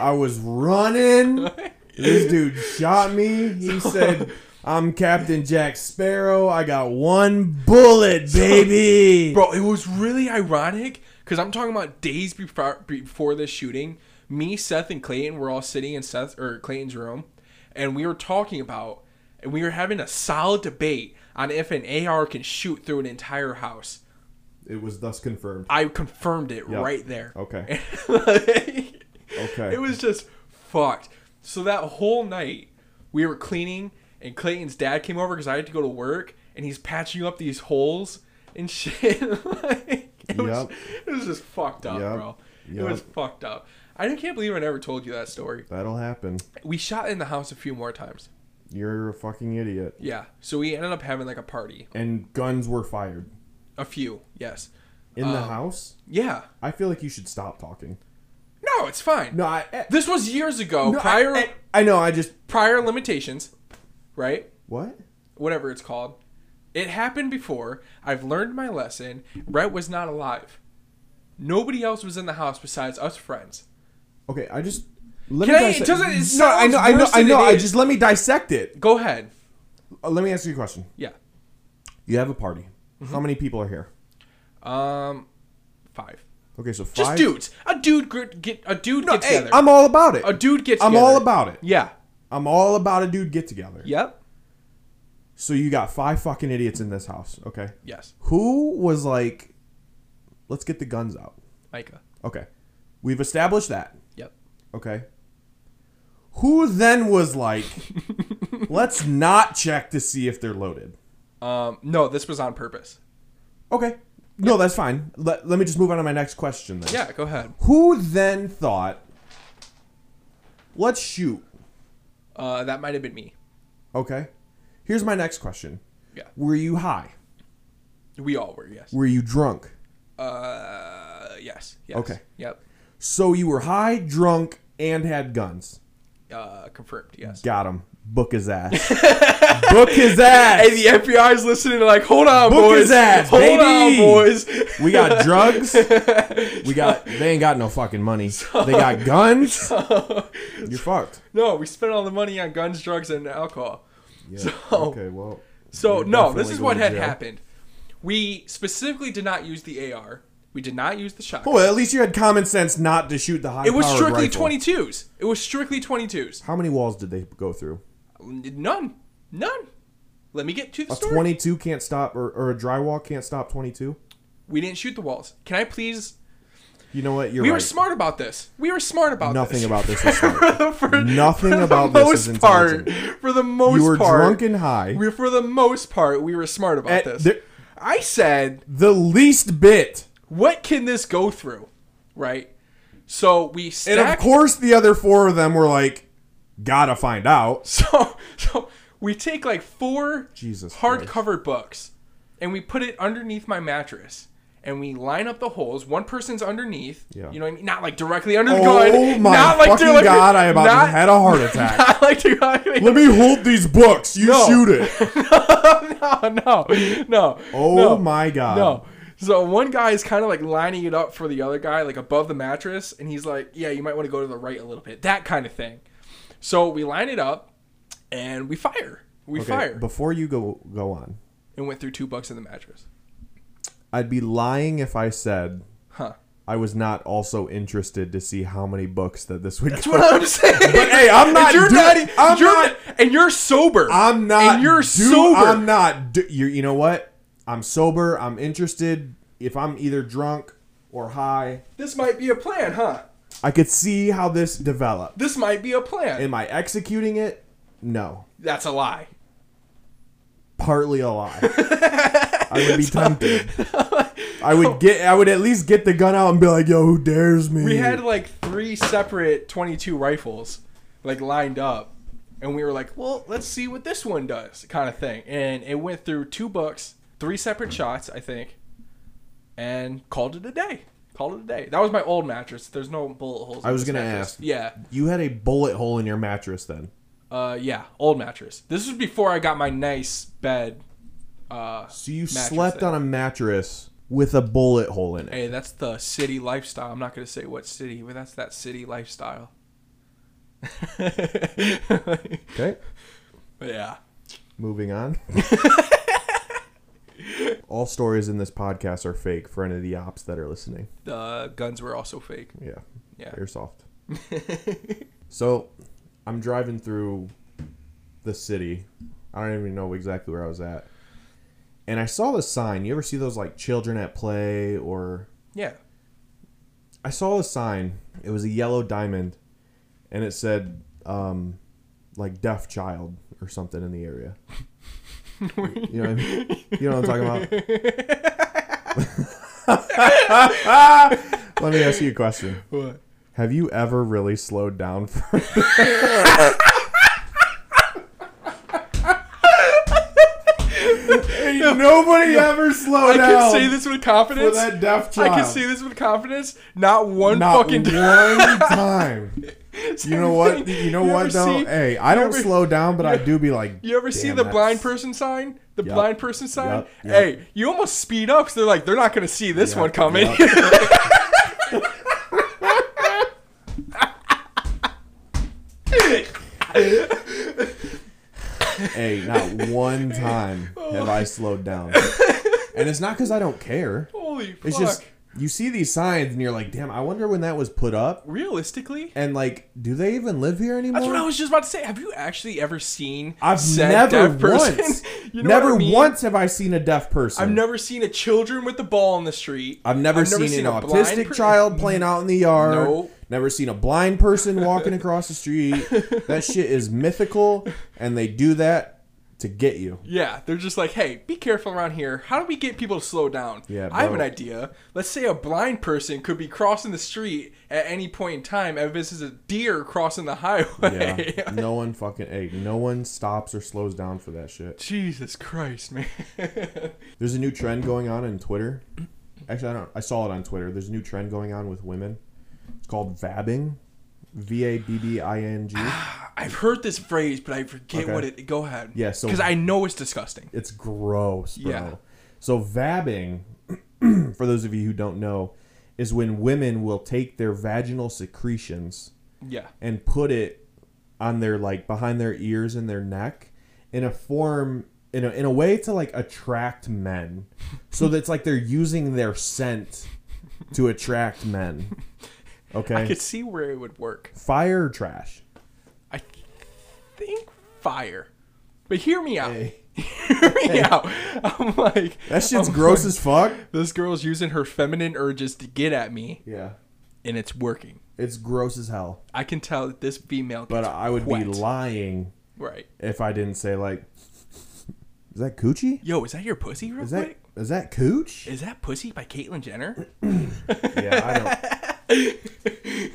Speaker 1: I was running. This dude shot me. He said, I'm Captain Jack Sparrow. I got one bullet, baby.
Speaker 2: Bro, it was really ironic because I'm talking about days before before this shooting. Me, Seth, and Clayton were all sitting in Seth or Clayton's room, and we were talking about, and we were having a solid debate on if an AR can shoot through an entire house.
Speaker 1: It was thus confirmed.
Speaker 2: I confirmed it
Speaker 1: Yeah.
Speaker 2: right there.
Speaker 1: Okay.
Speaker 2: okay.
Speaker 1: Okay.
Speaker 2: It was just fucked. So that whole night, we were cleaning, and Clayton's dad came over because I had to go to work, and he's patching up these holes and shit. like, it, was,
Speaker 1: Yep.
Speaker 2: it was just fucked up,
Speaker 1: Yep.
Speaker 2: bro. It was
Speaker 1: Yep.
Speaker 2: fucked up. I can't believe I never told you that story.
Speaker 1: That'll happen.
Speaker 2: We shot in the house a few more times.
Speaker 1: You're a fucking idiot.
Speaker 2: Yeah. So we ended up having like a party.
Speaker 1: And guns were fired.
Speaker 2: A few, yes.
Speaker 1: In the
Speaker 2: Um,
Speaker 1: house?
Speaker 2: Yeah.
Speaker 1: I feel like you should stop talking.
Speaker 2: No, it's fine.
Speaker 1: No, I. eh,
Speaker 2: This was years ago.
Speaker 1: no, I-
Speaker 2: prior
Speaker 1: I, I know, I just.
Speaker 2: prior limitations, right?
Speaker 1: What?
Speaker 2: Whatever it's called. It happened before. I've learned my lesson. Brett was not alive. Nobody else was in the house besides us friends.
Speaker 1: Okay, I just. Let
Speaker 2: Can I- it
Speaker 1: dissect-
Speaker 2: doesn't- it
Speaker 1: no, I
Speaker 2: sounds
Speaker 1: know, I know,
Speaker 2: worse
Speaker 1: I
Speaker 2: than
Speaker 1: know.
Speaker 2: it
Speaker 1: I
Speaker 2: is.
Speaker 1: just let me dissect it.
Speaker 2: Go ahead.
Speaker 1: Uh, let me ask you a question.
Speaker 2: Yeah.
Speaker 1: You have a party. How many people are here?
Speaker 2: Um, five.
Speaker 1: Okay, so five.
Speaker 2: Just dudes. A dude gr- get a dude
Speaker 1: No,
Speaker 2: gets
Speaker 1: hey,
Speaker 2: together.
Speaker 1: I'm all about it.
Speaker 2: a dude gets.
Speaker 1: I'm
Speaker 2: together.
Speaker 1: all about it.
Speaker 2: Yeah.
Speaker 1: I'm all about a dude get together.
Speaker 2: Yep.
Speaker 1: So you got five fucking idiots in this house. Okay.
Speaker 2: Yes.
Speaker 1: Who was like, let's get the guns out.
Speaker 2: Micah.
Speaker 1: Okay. We've established that.
Speaker 2: Yep.
Speaker 1: Okay. Who then was like, let's not check to see if they're loaded.
Speaker 2: Um, no, this was on purpose.
Speaker 1: Okay. No, that's fine. Let, let me just move on to my next question then.
Speaker 2: Yeah. Go ahead.
Speaker 1: Who then thought, let's shoot?
Speaker 2: Uh, that might have been me.
Speaker 1: Okay. Here's my next question
Speaker 2: Yeah.
Speaker 1: Were you high?
Speaker 2: We all were. Yes.
Speaker 1: Were you drunk?
Speaker 2: Uh, yes. Yes.
Speaker 1: Okay.
Speaker 2: Yep.
Speaker 1: So you were high, drunk, and had guns.
Speaker 2: Uh, confirmed. Yes.
Speaker 1: Got him. Book his ass. Book his ass.
Speaker 2: Hey, the FBI's listening. Like, hold on,
Speaker 1: Book
Speaker 2: boys.
Speaker 1: his ass,
Speaker 2: hold on,
Speaker 1: baby."
Speaker 2: boys.
Speaker 1: We got drugs. We got. They ain't got no fucking money. They got guns. You're fucked.
Speaker 2: no, we spent all the money on guns, drugs, and alcohol. So,
Speaker 1: Well.
Speaker 2: so
Speaker 1: you're
Speaker 2: no, this
Speaker 1: definitely
Speaker 2: is what
Speaker 1: going
Speaker 2: had
Speaker 1: to jail.
Speaker 2: happened. We specifically did not use the AR. We did not use the shotgun.
Speaker 1: Well, at least you had common sense not to shoot the high.
Speaker 2: it was strictly
Speaker 1: rifle.
Speaker 2: 22s. It was strictly 22s.
Speaker 1: How many walls did they go through?
Speaker 2: None. None. Let me get to the
Speaker 1: A
Speaker 2: story.
Speaker 1: 22 can't stop, or, or a drywall can't stop 22.
Speaker 2: We didn't shoot the walls. Can I please?
Speaker 1: You know what? You're
Speaker 2: We
Speaker 1: right.
Speaker 2: were smart about this. We were smart about
Speaker 1: Nothing
Speaker 2: this.
Speaker 1: about this is smart.
Speaker 2: for,
Speaker 1: Nothing
Speaker 2: for the
Speaker 1: about this
Speaker 2: most
Speaker 1: is
Speaker 2: part.
Speaker 1: intelligent.
Speaker 2: For the most
Speaker 1: You were
Speaker 2: part,
Speaker 1: drunk and high.
Speaker 2: We, for the most part, we were smart about
Speaker 1: At
Speaker 2: this.
Speaker 1: the-
Speaker 2: I said,
Speaker 1: the least bit.
Speaker 2: "What can this go through?" Right. So we
Speaker 1: And of
Speaker 2: stacked.
Speaker 1: course, the other four of them were like, Gotta find out.
Speaker 2: So so we take like four
Speaker 1: Jesus Christ.
Speaker 2: hardcover books and we put it underneath my mattress and we line up the holes. One person's underneath.
Speaker 1: Yeah.
Speaker 2: You know what I mean? Not like directly under the gun.
Speaker 1: Oh my
Speaker 2: not like
Speaker 1: fucking
Speaker 2: directly-
Speaker 1: god! I about
Speaker 2: not-
Speaker 1: had a heart attack.
Speaker 2: Not like directly.
Speaker 1: Let me hold these books. You
Speaker 2: No.
Speaker 1: shoot it.
Speaker 2: no, no, no.
Speaker 1: Oh
Speaker 2: no,
Speaker 1: my god.
Speaker 2: No. So one guy is kind of like lining it up for the other guy, like above the mattress, and he's like, "Yeah, you might want to go to the right a little bit." That kind of thing. So we line it up, and we fire. We
Speaker 1: Okay,
Speaker 2: fire,
Speaker 1: Before you go go on,
Speaker 2: and went through two bucks in the mattress.
Speaker 1: I'd be lying if I said
Speaker 2: Huh?
Speaker 1: I was not also interested to see how many books that this would.
Speaker 2: That's what I'm saying.
Speaker 1: But, hey, I'm
Speaker 2: And
Speaker 1: not
Speaker 2: You're
Speaker 1: do-
Speaker 2: not.
Speaker 1: I'm
Speaker 2: you're
Speaker 1: not-
Speaker 2: And you're sober.
Speaker 1: I'm not.
Speaker 2: And you're
Speaker 1: do-
Speaker 2: sober.
Speaker 1: I'm not. Do, you you know what? I'm sober. I'm interested. If I'm either drunk or high,
Speaker 2: This might be a plan, huh?
Speaker 1: I could see how this developed.
Speaker 2: This might be a plan.
Speaker 1: Am I executing it? No.
Speaker 2: That's a lie.
Speaker 1: Partly a lie. I would be tempted. I would get. I would at least get the gun out and be like, "Yo, who dares me?"
Speaker 2: We had like three separate 22 rifles, like lined up, and we were like, "Well, let's see what this one does," kind of thing. And it went through two books, three separate shots, I think, and called it a day. Called it a day. That was my old mattress. There's no bullet holes.
Speaker 1: I
Speaker 2: in
Speaker 1: was
Speaker 2: this
Speaker 1: gonna
Speaker 2: mattress.
Speaker 1: ask.
Speaker 2: Yeah,
Speaker 1: You had a bullet hole in your mattress then.
Speaker 2: uh, yeah, old mattress. This was before I got my nice bed. Uh,
Speaker 1: So you
Speaker 2: mattress
Speaker 1: slept
Speaker 2: thing.
Speaker 1: on a mattress with a bullet hole in it.
Speaker 2: Hey, that's the city lifestyle. I'm not gonna say what city, but that's that city lifestyle.
Speaker 1: Okay.
Speaker 2: yeah.
Speaker 1: Moving on. All stories in this podcast are fake for any of the ops that are listening.
Speaker 2: The guns were also fake.
Speaker 1: Yeah.
Speaker 2: Yeah.
Speaker 1: Airsoft. so I'm driving through the city. I don't even know exactly where I was at. And I saw this sign. You ever see those like children at play or
Speaker 2: Yeah.
Speaker 1: I saw a sign. It was a yellow diamond, and it said, um, like deaf child or something in the area. you, know what I mean? you know what I'm talking about? Let me ask you a question.
Speaker 2: What?
Speaker 1: Have you ever really slowed down for? Ain't nobody ever slowed
Speaker 2: I
Speaker 1: down.
Speaker 2: can say this with confidence.
Speaker 1: that deaf
Speaker 2: I can
Speaker 1: child.
Speaker 2: say this with confidence. Not one
Speaker 1: Not
Speaker 2: fucking
Speaker 1: one
Speaker 2: time.
Speaker 1: time. You know what?
Speaker 2: thing.
Speaker 1: You know
Speaker 2: You
Speaker 1: what
Speaker 2: ever
Speaker 1: though?
Speaker 2: see-
Speaker 1: hey, I
Speaker 2: you
Speaker 1: don't
Speaker 2: ever-
Speaker 1: slow down, but I
Speaker 2: you-
Speaker 1: do be like.
Speaker 2: You ever see
Speaker 1: "Damn,
Speaker 2: the blind
Speaker 1: that's-
Speaker 2: person sign? The
Speaker 1: Yup.
Speaker 2: blind person sign?
Speaker 1: Yup, yup.
Speaker 2: Hey, you almost speed up because they're like, they're not going to see this
Speaker 1: Yup,
Speaker 2: one coming.
Speaker 1: Hey, not one time
Speaker 2: Oh.
Speaker 1: have I slowed down, and it's not because I don't care.
Speaker 2: Holy fuck.
Speaker 1: It's just you see these signs and you're like, damn, I wonder when that was put up,
Speaker 2: Realistically?
Speaker 1: and like, do they even live here anymore?
Speaker 2: That's what I was just about to say. Have you actually ever seen
Speaker 1: I've
Speaker 2: said
Speaker 1: never
Speaker 2: deaf person?
Speaker 1: once,
Speaker 2: You know what I
Speaker 1: never
Speaker 2: mean?
Speaker 1: once have I seen a deaf person.
Speaker 2: I've never seen a children with the ball in the street.
Speaker 1: I've never, seen, an
Speaker 2: a blind
Speaker 1: autistic
Speaker 2: per-
Speaker 1: child playing out in the yard.
Speaker 2: No.
Speaker 1: Never seen a blind person walking across the street. That shit is mythical, and they do that to get you.
Speaker 2: Yeah, they're just like, hey, be careful around here. How do we get people to slow down?
Speaker 1: Yeah,
Speaker 2: I have an
Speaker 1: bro.
Speaker 2: idea. Let's say a blind person could be crossing the street at any point in time, and this is a deer crossing the
Speaker 1: Yeah.
Speaker 2: highway.
Speaker 1: no one fucking hey, no one stops or slows down for that shit.
Speaker 2: Jesus Christ, man.
Speaker 1: There's a new trend going on in Twitter. Actually, I don't. I saw it on Twitter. There's a new trend going on with women. It's called vabbing. V a b b i n g.
Speaker 2: I've heard this phrase, but I forget
Speaker 1: Okay.
Speaker 2: what it. Go ahead.
Speaker 1: Yeah, so-
Speaker 2: because I know it's disgusting.
Speaker 1: It's gross, bro.
Speaker 2: Yeah.
Speaker 1: So vabbing, for those of you who don't know, is when women will take their vaginal secretions
Speaker 2: Yeah.
Speaker 1: and put it on their like behind their ears and their neck in a form in a, in a way to like attract men. So that's like they're using their scent to attract men.
Speaker 2: I
Speaker 1: Okay.
Speaker 2: could see where it would work.
Speaker 1: Fire or trash.
Speaker 2: I think fire. But hear me out.
Speaker 1: Hey.
Speaker 2: hear me out. I'm like
Speaker 1: That shit's
Speaker 2: I'm
Speaker 1: gross as fuck.
Speaker 2: like, this girl's using her feminine urges to get at me,
Speaker 1: Yeah.
Speaker 2: and it's working.
Speaker 1: It's gross as hell.
Speaker 2: I can tell that this female.
Speaker 1: But uh,
Speaker 2: gets
Speaker 1: I would
Speaker 2: wet.
Speaker 1: be lying
Speaker 2: right.
Speaker 1: if I didn't say like, is that coochie?
Speaker 2: Yo, is that your pussy real
Speaker 1: Is that
Speaker 2: quick?
Speaker 1: is that cooch?
Speaker 2: Is that pussy by Caitlyn Jenner?
Speaker 1: Yeah, I don't.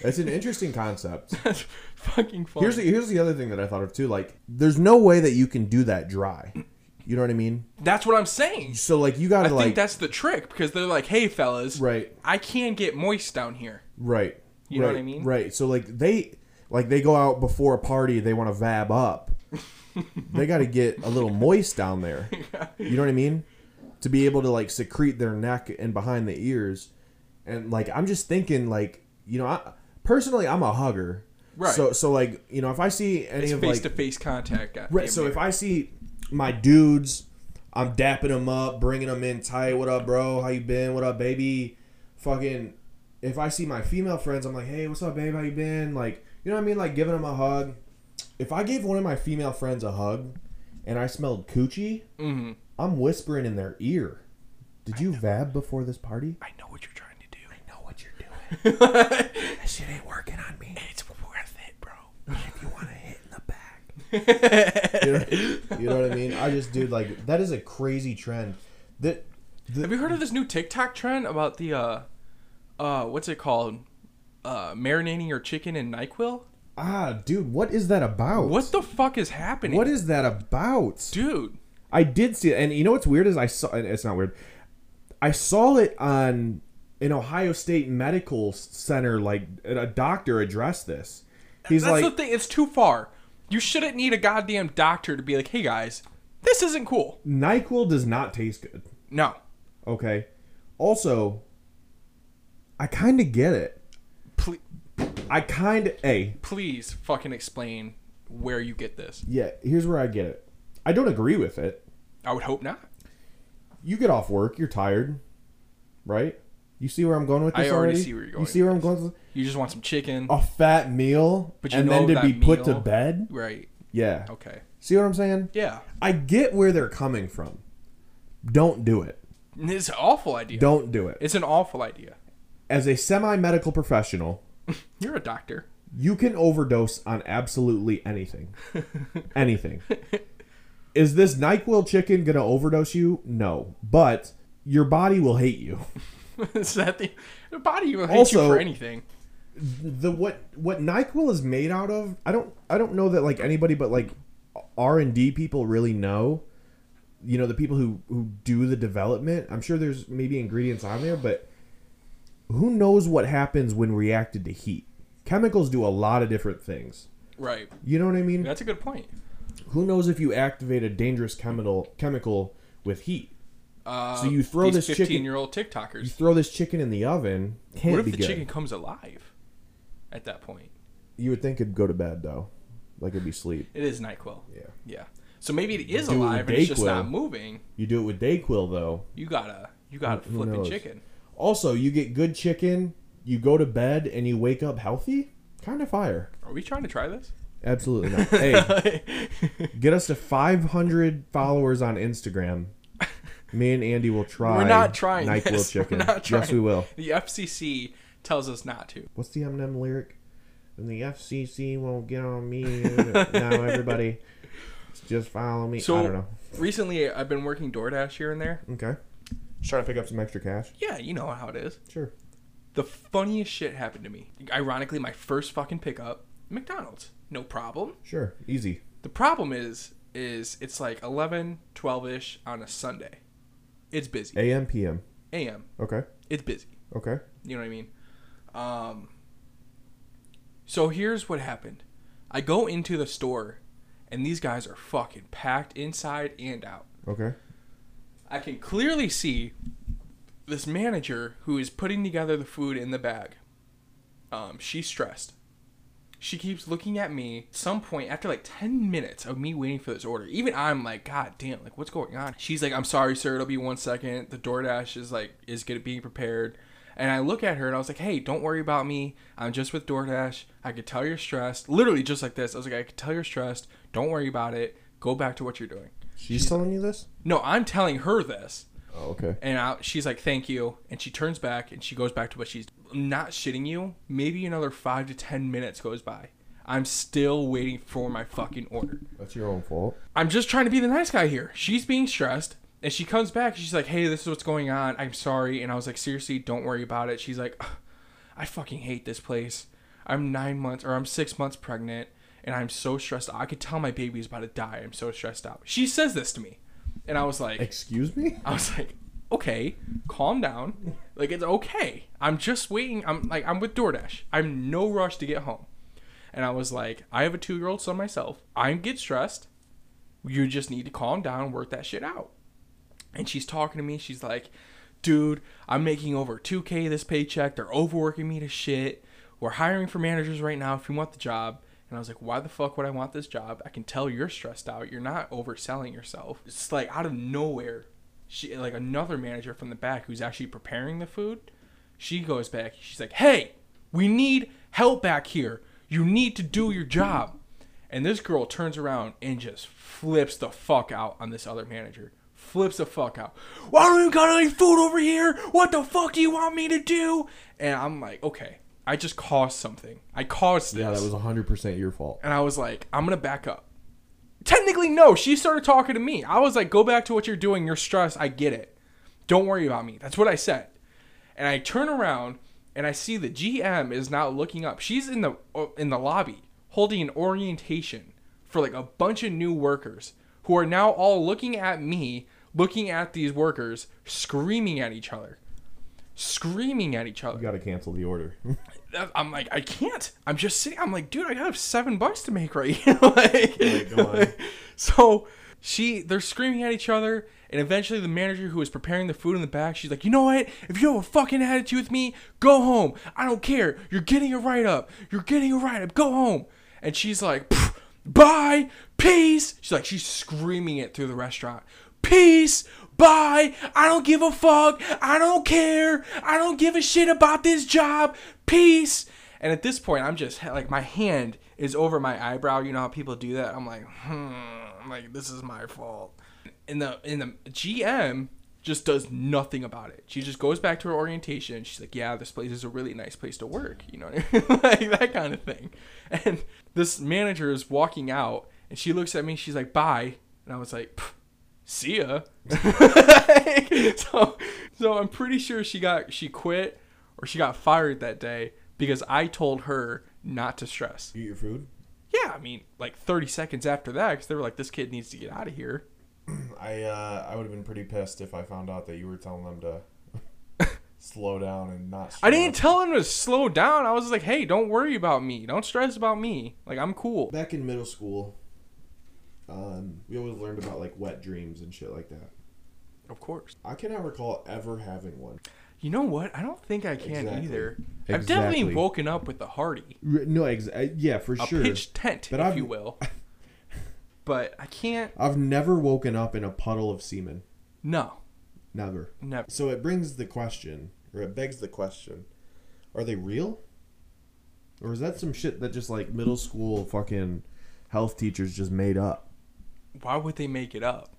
Speaker 1: It's an interesting concept.
Speaker 2: That's fucking funny.
Speaker 1: Here's the, here's the other thing that I thought of too. Like, there's no way that you can do that dry. You know what I mean?
Speaker 2: that's what I'm saying.
Speaker 1: So like, you gotta
Speaker 2: I
Speaker 1: like
Speaker 2: think that's the trick because they're like, hey, fellas,
Speaker 1: Right.
Speaker 2: I can get moist down here.
Speaker 1: Right.
Speaker 2: You know
Speaker 1: right,
Speaker 2: what I mean?
Speaker 1: Right. So like they like they go out before a party, they want to vab up. they got to get a little moist down there. You know what I mean? To be able to like secrete their neck and behind the ears. And like I'm just thinking like, you know, I personally I'm a hugger.
Speaker 2: Right.
Speaker 1: So so like, you know, if I see any
Speaker 2: It's
Speaker 1: of
Speaker 2: face
Speaker 1: like
Speaker 2: to face contact. God
Speaker 1: Right.
Speaker 2: damn
Speaker 1: So
Speaker 2: near.
Speaker 1: if I see my dudes, I'm dapping them up, bringing them in tight. What up, bro? How you been? What up, baby? Fucking. If I see my female friends, I'm like, hey, what's up, babe? How you been? Like, you know what I mean? Like giving them a hug. If I gave one of my female friends a hug, and I smelled coochie,
Speaker 2: Mhm.
Speaker 1: I'm whispering in their ear. Did you vab before this party?
Speaker 2: I know what you're trying to do. I know what you're doing.
Speaker 1: That shit ain't working on me.
Speaker 2: It's worth it, bro.
Speaker 1: If you want to hit in the back. you, know, you know what I mean? I just, dude, like that is a crazy trend. That
Speaker 2: Have you heard of this new TikTok trend about the uh, uh, what's it called? Uh, marinating your chicken in Nyquil.
Speaker 1: Ah, dude, what is that about?
Speaker 2: What the fuck is happening?
Speaker 1: What is that about?
Speaker 2: dude?
Speaker 1: I did see it, and you know what's weird is I saw. and It's not weird. I saw it on an Ohio State Medical Center. Like a doctor addressed this. He's
Speaker 2: That's
Speaker 1: like,
Speaker 2: the thing. It's too far. You shouldn't need a goddamn doctor to be like, hey guys, this isn't cool.
Speaker 1: Nyquil does not taste good.
Speaker 2: No,
Speaker 1: Okay. Also, I kind of get it.
Speaker 2: Ple-
Speaker 1: I kind of a
Speaker 2: please fucking explain where you get this.
Speaker 1: yeah. Here's where I get it. I don't agree with it.
Speaker 2: I would hope not.
Speaker 1: you get off work, you're tired, right? You see where I'm going with
Speaker 2: I
Speaker 1: this
Speaker 2: already see where you're
Speaker 1: You
Speaker 2: going
Speaker 1: see where I'm going with
Speaker 2: You just want some chicken,
Speaker 1: a fat meal,
Speaker 2: But you
Speaker 1: and
Speaker 2: know
Speaker 1: then to
Speaker 2: that
Speaker 1: be put to
Speaker 2: meal-
Speaker 1: bed.
Speaker 2: right?
Speaker 1: Yeah.
Speaker 2: Okay.
Speaker 1: See what I'm saying?
Speaker 2: Yeah,
Speaker 1: I get where they're coming from. Don't do it.
Speaker 2: it's an awful idea.
Speaker 1: Don't do it.
Speaker 2: It's an awful idea.
Speaker 1: As a semi-medical professional,
Speaker 2: You're a doctor.
Speaker 1: you can overdose on absolutely anything. anything. Is this NyQuil chicken gonna overdose you? No, but your body will hate you.
Speaker 2: Is that the, the body will hate
Speaker 1: Also-
Speaker 2: you for anything?
Speaker 1: the what what Nyquil is made out of, I don't I don't know that like anybody but like R and D people really know. You know the people who who do the development. I'm sure there's maybe ingredients on there, but who knows what happens when reacted to heat? Chemicals do a lot of different things.
Speaker 2: Right.
Speaker 1: You know what I mean?
Speaker 2: That's a good point.
Speaker 1: Who knows if you activate a dangerous chemical chemical with heat?
Speaker 2: Uh,
Speaker 1: So you throw
Speaker 2: these
Speaker 1: this chicken-
Speaker 2: year old TikTokers.
Speaker 1: You throw this chicken in the oven, can't
Speaker 2: what if
Speaker 1: be
Speaker 2: the
Speaker 1: good.
Speaker 2: chicken comes alive? At that point,
Speaker 1: You would think it'd go to bed though, like it'd be sleep.
Speaker 2: it is Nyquil.
Speaker 1: Yeah.
Speaker 2: Yeah. So maybe it is
Speaker 1: Dude,
Speaker 2: alive and it's just
Speaker 1: Dayquil.
Speaker 2: not moving.
Speaker 1: You do it with Dayquil though.
Speaker 2: You gotta, you gotta
Speaker 1: Who
Speaker 2: flip a
Speaker 1: knows?
Speaker 2: chicken.
Speaker 1: Also, you get good chicken, you go to bed, and you wake up healthy? Kind of fire.
Speaker 2: Are we trying to try this?
Speaker 1: Absolutely not. hey, get us to 500 followers on Instagram. Me and Andy will try.
Speaker 2: We're not trying
Speaker 1: NyQuil
Speaker 2: this.
Speaker 1: chicken.
Speaker 2: We're not trying.
Speaker 1: Yes, we will.
Speaker 2: The FCC tells us not to.
Speaker 1: What's the Eminem lyric? And the FCC won't get on me. now everybody, just follow me.
Speaker 2: So
Speaker 1: I don't know.
Speaker 2: recently, I've been working DoorDash here and there.
Speaker 1: Okay. Just trying to pick up some extra cash.
Speaker 2: Yeah, you know how it is.
Speaker 1: Sure.
Speaker 2: The funniest shit happened to me. Ironically, my first fucking pickup, McDonald's. No problem.
Speaker 1: Sure. Easy.
Speaker 2: The problem is, is it's like 11, 12-ish on a Sunday. It's busy.
Speaker 1: AM, PM.
Speaker 2: AM.
Speaker 1: Okay.
Speaker 2: It's busy.
Speaker 1: Okay.
Speaker 2: You know what I mean? Um, so here's what happened. I go into the store, and these guys are fucking packed inside and out.
Speaker 1: Okay.
Speaker 2: I can clearly see this manager who is putting together the food in the bag. Um, she's stressed. She keeps looking at me. At some point, after like ten minutes of me waiting for this order, even I'm like, "God damn! Like, what's going on?" She's like, "I'm sorry, sir. It'll be one second. The DoorDash is like is gonna being prepared." And I look at her and I was like, "Hey, don't worry about me. I'm just with DoorDash. I could tell you're stressed. Literally, just like this. I was like, I could tell you're stressed. Don't worry about it. Go back to what you're doing."
Speaker 1: She's telling you this?
Speaker 2: No, I'm telling her this.
Speaker 1: Oh, okay.
Speaker 2: And I, she's like, "Thank you," and she turns back and she goes back to what she's. I'm not shitting you. Maybe another five to ten minutes goes by. I'm still waiting for my fucking order.
Speaker 1: That's your own fault.
Speaker 2: I'm just trying to be the nice guy here. She's being stressed, and she comes back. She's like, "Hey, this is what's going on. I'm sorry." And I was like, "Seriously, don't worry about it." She's like, "Ugh, "I fucking hate this place. I'm nine months or I'm six months pregnant and I'm so stressed out. I could tell my baby is about to die. I'm so stressed out. She says this to me. And I was like,
Speaker 1: Excuse me?
Speaker 2: I was like, okay, calm down. Like it's okay. I'm just waiting. I'm like I'm with DoorDash. I'm no rush to get home. And I was like, I have a two year old son myself. I get stressed. You just need to calm down and work that shit out. And she's talking to me. She's like, dude, I'm making over 2K this paycheck. They're overworking me to shit. We're hiring for managers right now if you want the job. And I was like, why the fuck would I want this job? I can tell you're stressed out. You're not overselling yourself. It's like out of nowhere, she like another manager from the back who's actually preparing the food. She goes back. She's like, hey, we need help back here. You need to do your job. And this girl turns around and just flips the fuck out on this other manager. Flips the fuck out. Why don't you got any food over here? What the fuck do you want me to do? And I'm like, okay, I just caused something. I caused this.
Speaker 1: Yeah, that was 100% your fault.
Speaker 2: and I was like, I'm gonna back up. Technically, no. She started talking to me. I was like, go back to what you're doing. You're stressed. I get it. Don't worry about me. That's what I said. And I turn around and I see the GM is now looking up. She's in the uh, in the lobby holding an orientation for like a bunch of new workers who are now all looking at me, looking at these workers, screaming at each other. Screaming at each other.
Speaker 1: You got to cancel the order.
Speaker 2: That- I'm like, I can't. I'm just sitting. I'm like, dude, I have seven bucks to make right here. like,
Speaker 1: go on.
Speaker 2: so she, they're screaming at each other, and eventually the manager who was preparing the food in the back, she's like, you know what? If you have a fucking attitude with me, go home. I don't care. You're getting a write up. You're getting a write up. Go home. And she's like, "Pff, bye, peace. She's like, she's screaming it through the restaurant. Peace. Bye. I don't give a fuck. I don't care. I don't give a shit about this job. Peace. And at this point, I'm just like my hand is over my eyebrow. You know how people do that. I'm like, hmm, I'm like this is my fault. And the and the GM just does nothing about it. She just goes back to her orientation. She's like, yeah, this place is a really nice place to work. You know, like that kind of thing. And this manager is walking out, and she looks at me. She's like, bye. And I was like. "Pff, see ya. so, so I'm pretty sure she got she quit or she got fired that day because I told her not to stress.
Speaker 1: Eat your food?
Speaker 2: Yeah, I mean, like 30 seconds after that, because they were like, "This kid needs to get out of here."
Speaker 4: I uh, I would have been pretty pissed if I found out that you were telling them to slow down and not.
Speaker 2: I didn't tell him to slow down. I was like, "Hey, don't worry about me. Don't stress about me. Like, I'm cool."
Speaker 4: Back in middle school, um, we always learned about like wet dreams and shit like that.
Speaker 2: Of course.
Speaker 4: I cannot recall ever having one.
Speaker 2: You know what? I don't think I can
Speaker 4: Exactly.
Speaker 2: either. I've definitely
Speaker 1: Exactly.
Speaker 2: woken up with a hearty,
Speaker 1: R- No, ex- uh, yeah, for
Speaker 2: a
Speaker 1: sure.
Speaker 2: pitched tent,
Speaker 1: But
Speaker 2: if
Speaker 1: I've-
Speaker 2: you will. but I can't.
Speaker 1: I've never woken up in a puddle of semen.
Speaker 2: No,
Speaker 1: Never.
Speaker 2: never.
Speaker 4: So it brings the question, or it begs the question: Are they real?
Speaker 1: Or is that some shit that just like middle school fucking health teachers just made up?
Speaker 2: Why would they make it up?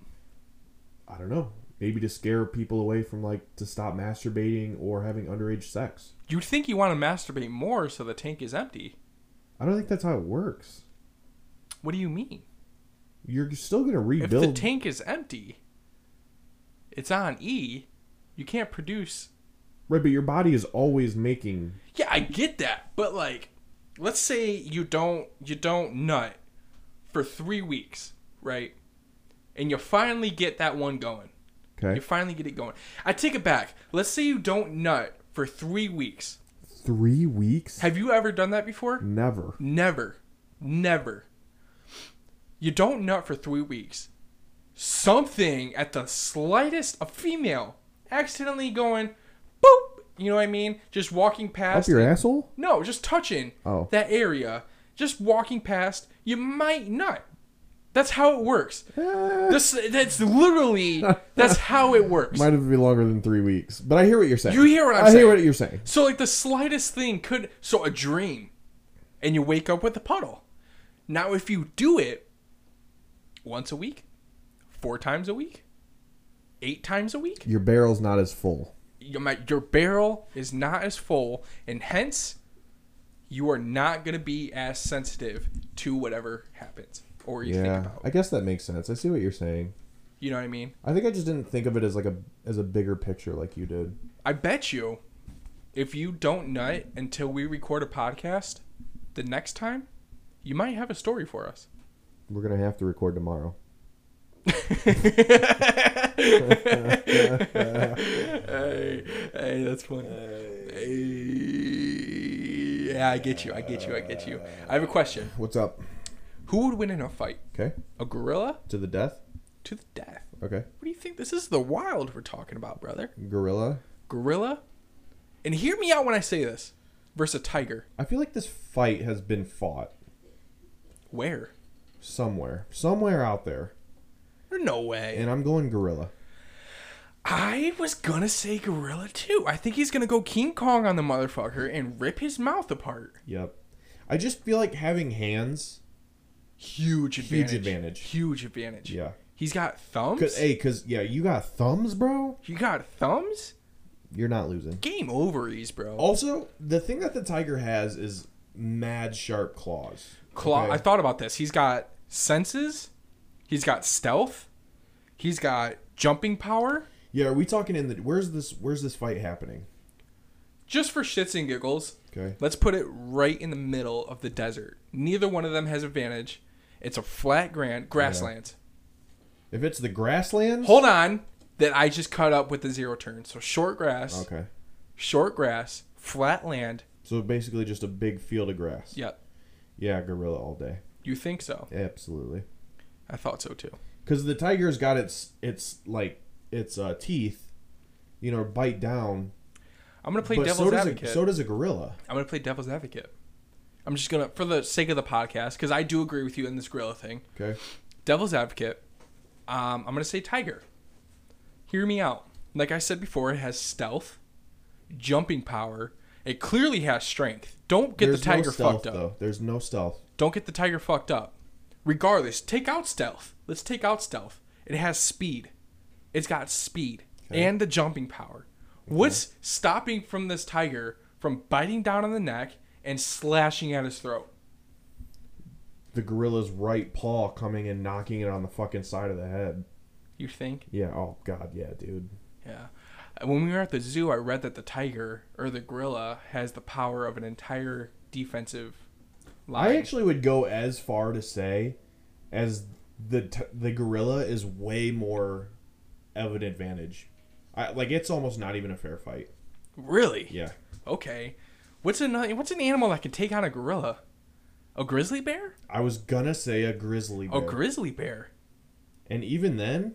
Speaker 1: I don't know. Maybe to scare people away from like to stop masturbating or having underage sex.
Speaker 2: You'd think you want to masturbate more so the tank is empty.
Speaker 1: I don't think that's how it works.
Speaker 2: What do you mean?
Speaker 1: You're still gonna
Speaker 2: If
Speaker 1: rebuild.
Speaker 2: the tank is empty, it's on E. You can't produce.
Speaker 1: right, but your body is always making.
Speaker 2: Yeah, I get that, but like, let's say you don't you don't nut for three weeks, right? And you finally get that one going.
Speaker 1: Okay,
Speaker 2: You finally get it going. I take it back. Let's say you don't nut for three weeks.
Speaker 1: three weeks.
Speaker 2: Have you ever done that before?
Speaker 1: Never.
Speaker 2: Never. Never. You don't nut for three weeks. Something at the slightest, a female accidentally going, boop, you know what I mean? Just walking
Speaker 1: Up
Speaker 2: past.
Speaker 1: your
Speaker 2: it.
Speaker 1: asshole.
Speaker 2: No, just touching
Speaker 1: Oh.
Speaker 2: that area. Just walking past, you might nut. That's how it works.
Speaker 1: Eh,
Speaker 2: This, that's literally, that's how it works.
Speaker 1: might have been longer than three weeks, but I hear what you're saying.
Speaker 2: You hear what I'm
Speaker 1: I
Speaker 2: saying.
Speaker 1: hear what you're saying.
Speaker 2: So like the slightest thing could so a dream and you wake up with a puddle. Now if you do it once a week, four times a week, eight times a week,
Speaker 1: Your barrel's not as full.
Speaker 2: you might, your barrel is not as full and hence you are not going to be as sensitive to whatever happens or you think
Speaker 1: Yeah,
Speaker 2: about.
Speaker 1: I guess that makes sense. I see what you're saying.
Speaker 2: You know what I mean?
Speaker 1: I think I just didn't think of it as like a as a bigger picture like you did.
Speaker 2: I bet you If you don't nut until we record a podcast, the next time, you might have a story for us.
Speaker 1: We're gonna have to record tomorrow.
Speaker 2: hey, hey, that's funny. Hey. Yeah, I get you. I get you. I get you. I have a question.
Speaker 1: What's up?
Speaker 2: Who would win in a fight?
Speaker 1: Okay.
Speaker 2: A gorilla
Speaker 1: To the death.
Speaker 2: to the death?
Speaker 1: Okay.
Speaker 2: What do you think? This is the wild we're talking about, brother.
Speaker 1: Gorilla.
Speaker 2: Gorilla? And hear me out when I say this. Versus a tiger.
Speaker 1: I feel like this fight has been fought
Speaker 2: Where?
Speaker 1: somewhere, somewhere out there,
Speaker 2: No way.
Speaker 1: and I'm going gorilla.
Speaker 2: I was gonna say gorilla too. I think he's gonna go King Kong on the motherfucker and rip his mouth apart.
Speaker 1: Yep. I just feel like having hands.
Speaker 2: Huge advantage.
Speaker 1: Huge advantage.
Speaker 2: Huge advantage.
Speaker 1: Yeah.
Speaker 2: He's got thumbs.
Speaker 1: Cause, hey, cause yeah, you got thumbs, bro.
Speaker 2: You got thumbs?
Speaker 1: You're not losing.
Speaker 2: Game ovaries, bro.
Speaker 1: Also, the thing that the tiger has is mad sharp claws.
Speaker 2: Claw.
Speaker 1: Okay.
Speaker 2: I thought about this. He's got senses. He's got stealth. He's got jumping power.
Speaker 1: Yeah, are we talking in the where's this where's this fight happening?
Speaker 2: Just for shits and giggles,
Speaker 1: Okay.
Speaker 2: let's put it right in the middle of the desert. Neither one of them has advantage. It's a flat grand grasslands.
Speaker 1: If it's the grasslands.
Speaker 2: Hold on, that I just cut up with the zero turn. So short grass,
Speaker 1: Okay.
Speaker 2: short grass, flat land.
Speaker 1: So basically, just a big field of grass.
Speaker 2: Yep,
Speaker 1: Yeah, gorilla all day.
Speaker 2: you think so?
Speaker 1: Absolutely.
Speaker 2: I thought so too.
Speaker 1: Because the tiger's got its its like its uh, teeth, you know, bite down.
Speaker 2: I'm gonna play
Speaker 1: but
Speaker 2: devil's
Speaker 1: so does
Speaker 2: advocate.
Speaker 1: a so does a gorilla.
Speaker 2: I'm gonna play devil's advocate. I'm just gonna, for the sake of the podcast, because I do agree with you in this gorilla thing.
Speaker 1: Okay.
Speaker 2: Devil's advocate. Um, I'm gonna say tiger. Hear me out. Like I said before, it has stealth, jumping power. It clearly has strength. Don't get
Speaker 1: There's
Speaker 2: the tiger
Speaker 1: no stealth,
Speaker 2: fucked up.
Speaker 1: Though. There's no stealth.
Speaker 2: Don't get the tiger fucked up. Regardless, take out stealth. Let's take out stealth. It has speed. It's got speed and the jumping power. What's stopping from this tiger from biting down on the neck and slashing at his throat?
Speaker 1: The gorilla's right paw coming and knocking it on the fucking side of the head.
Speaker 2: You think?
Speaker 1: Yeah. Oh god. Yeah, dude.
Speaker 2: Yeah. Uh, When we were at the zoo, I read that the tiger or the gorilla has the power of an entire defensive line.
Speaker 1: I actually would go as far to say, as the t- the gorilla is way more of an advantage. I, like it's almost not even a fair fight.
Speaker 2: really?
Speaker 1: Yeah.
Speaker 2: Okay. What's an what's an animal that can take on a gorilla? A grizzly bear?
Speaker 1: I was gonna say a grizzly bear,
Speaker 2: A grizzly bear.
Speaker 1: and even then,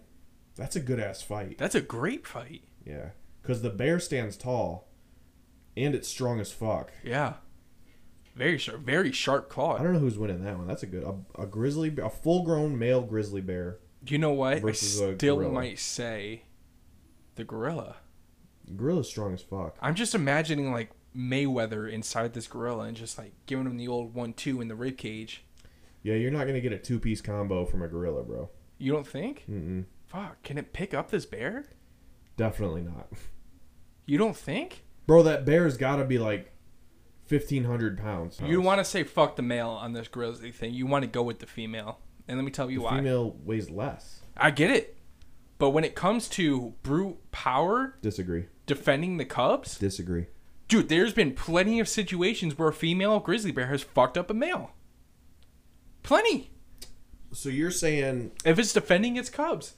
Speaker 1: that's a good ass fight.
Speaker 2: That's a great fight.
Speaker 1: Yeah, because the bear stands tall, and it's strong as fuck.
Speaker 2: Yeah. Very sharp, very sharp
Speaker 1: I
Speaker 2: claw.
Speaker 1: don't know who's winning that one. That's a good a, a grizzly, bear, a full grown male grizzly bear.
Speaker 2: You know what? I
Speaker 1: Versus a
Speaker 2: still
Speaker 1: gorilla.
Speaker 2: might say the gorilla.
Speaker 1: Gorilla's strong as fuck.
Speaker 2: I'm just imagining like Mayweather inside this gorilla and just like giving him the old one-two in the rib cage.
Speaker 1: Yeah, you're not gonna get a two piece combo from a gorilla, bro.
Speaker 2: You don't think?
Speaker 1: Mm-mm.
Speaker 2: Fuck, can it pick up this bear?
Speaker 1: Definitely not.
Speaker 2: You don't think?
Speaker 1: Bro, that bear's got to be like fifteen hundred pounds.
Speaker 2: You want to say fuck the male on this grizzly thing. You want to go with the female. And let me tell you
Speaker 1: the
Speaker 2: why.
Speaker 1: female weighs less.
Speaker 2: I get it. But when it comes to brute power
Speaker 1: Disagree.
Speaker 2: defending the cubs,
Speaker 1: Disagree.
Speaker 2: Dude, there's been plenty of situations where a female grizzly bear has fucked up a male. Plenty.
Speaker 1: So you're saying
Speaker 2: If it's defending its cubs.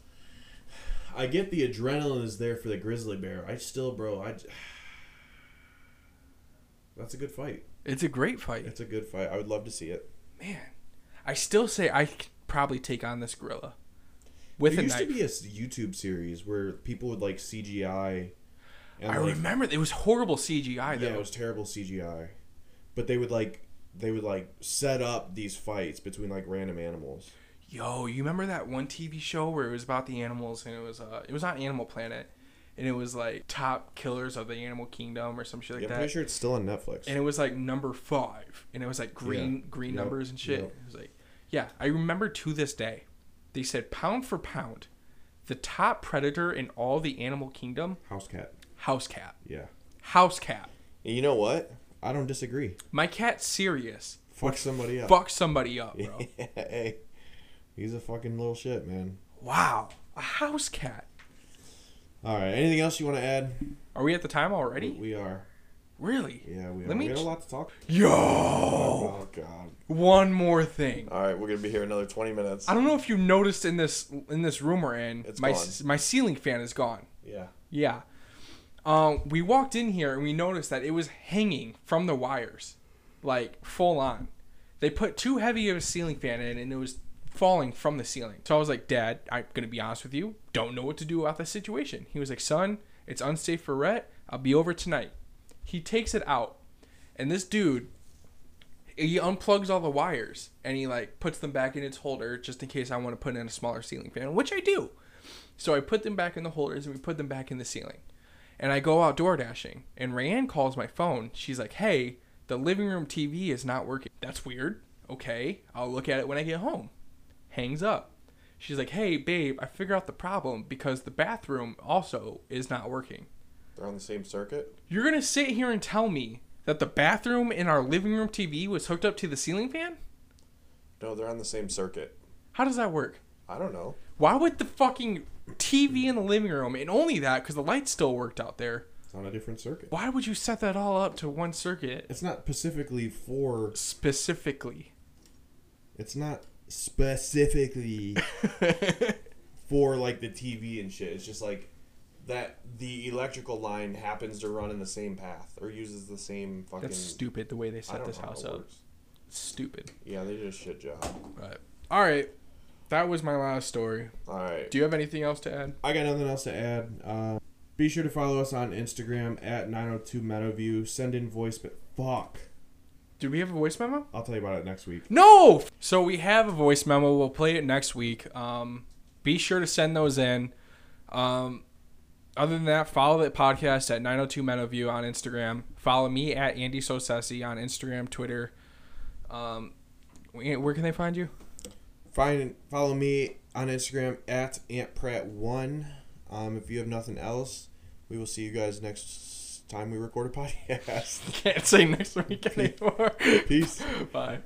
Speaker 1: I get the adrenaline is there for the grizzly bear. I still, bro, I. j- That's a good fight.
Speaker 2: It's a great fight.
Speaker 1: It's a good fight. I would love to see it.
Speaker 2: Man. I still say I could probably take on this gorilla. With
Speaker 1: there
Speaker 2: a
Speaker 1: used
Speaker 2: knife.
Speaker 1: to be a s- YouTube series where people would like CGI. And
Speaker 2: I
Speaker 1: like,
Speaker 2: remember it was horrible CGI though.
Speaker 1: Yeah, it was terrible CGI, but they would like they would like set up these fights between like random animals.
Speaker 2: Yo, you remember that one TV show where it was about the animals and it was uh it was on Animal Planet and it was like top killers of the animal kingdom or some shit like
Speaker 1: Yeah, I'm
Speaker 2: that.
Speaker 1: pretty sure it's still on Netflix.
Speaker 2: and it was like number five, and it was like green
Speaker 1: Yeah.
Speaker 2: green
Speaker 1: Yep.
Speaker 2: numbers and shit.
Speaker 1: Yep.
Speaker 2: It was like, yeah, I remember to this day, they said pound for pound, the top predator in all the animal kingdom,
Speaker 1: House cat.
Speaker 2: house cat,
Speaker 1: Yeah.
Speaker 2: house cat.
Speaker 1: And you know what? I don't disagree.
Speaker 2: My cat Sirius
Speaker 1: Fuck somebody up.
Speaker 2: fuck somebody up, bro.
Speaker 1: hey, he's a fucking little shit, man.
Speaker 2: wow, a house cat.
Speaker 1: All right. Anything else you want to add?
Speaker 2: Are we at the time already?
Speaker 1: We are.
Speaker 2: Really?
Speaker 1: Yeah, we,
Speaker 2: Let
Speaker 1: we
Speaker 2: me
Speaker 1: had a
Speaker 2: ch-
Speaker 1: lot to talk.
Speaker 2: Yo!
Speaker 1: Oh God!
Speaker 2: One more thing.
Speaker 5: All right, we're gonna be here another twenty minutes.
Speaker 2: I don't know if you noticed in this in this room we're in,
Speaker 5: It's
Speaker 2: my
Speaker 5: gone.
Speaker 2: s- my ceiling fan is gone.
Speaker 1: Yeah.
Speaker 2: Yeah. Um, we walked in here and we noticed that it was hanging from the wires, like full on. They put too heavy of a ceiling fan in and it was falling from the ceiling. So I was like, Dad, I'm going to be honest with you. Don't know what to do about this situation. He was like, Son, it's unsafe for Rhett. I'll be over tonight. He takes it out. And this dude, he unplugs all the wires and he like puts them back in its holder just in case I want to put in a smaller ceiling fan, which I do. So I put them back in the holders and we put them back in the ceiling. And I go out door dashing and Rayanne calls my phone. She's like, "Hey, the living room TV is not working." That's weird. Okay, I'll look at it when I get home. Hangs up. She's like, "Hey, babe, I figured out the problem because the bathroom also is not working."
Speaker 5: They're on the same circuit.
Speaker 2: You're going to sit here and tell me that the bathroom in our living room TV was hooked up to the ceiling fan?
Speaker 5: No, they're on the same circuit.
Speaker 2: How does that work?
Speaker 5: I don't know.
Speaker 2: Why would the fucking TV in the living room and only that cuz the lights still worked out there?
Speaker 1: It's on a different circuit.
Speaker 2: Why would you set that all up to one circuit
Speaker 1: It's not specifically for.
Speaker 2: specifically?
Speaker 1: It's not specifically for like the TV and shit.
Speaker 5: It's just like that. The electrical line happens to run in the same path or uses the same fucking.
Speaker 2: That's stupid the way they
Speaker 5: I
Speaker 2: set
Speaker 5: don't
Speaker 2: this
Speaker 5: know how
Speaker 2: house
Speaker 5: it
Speaker 2: up.
Speaker 5: works.
Speaker 2: Stupid.
Speaker 5: Yeah, they did a shit job.
Speaker 2: Right. All right. That was my last story.
Speaker 5: All right.
Speaker 2: Do you have anything else to add?
Speaker 1: I got nothing else to add. Uh, be sure to follow us on Instagram at 902 Meadowview. Send in voice, but fuck.
Speaker 2: Do we have a voice memo?
Speaker 1: I'll tell you about it next week.
Speaker 2: No. So we have a voice memo. We'll play it next week. Um, be sure to send those in. Um, other than that, follow the podcast at 902 Meadowview on Instagram. Follow me at Andy Sosessi on Instagram, Twitter. Um, where can they find you?
Speaker 1: Find follow me on Instagram at Ant Pratt One. Um, if you have nothing else, we will see you guys next time we record a podcast.
Speaker 2: Can't say next week anymore.
Speaker 1: Peace.
Speaker 2: Bye.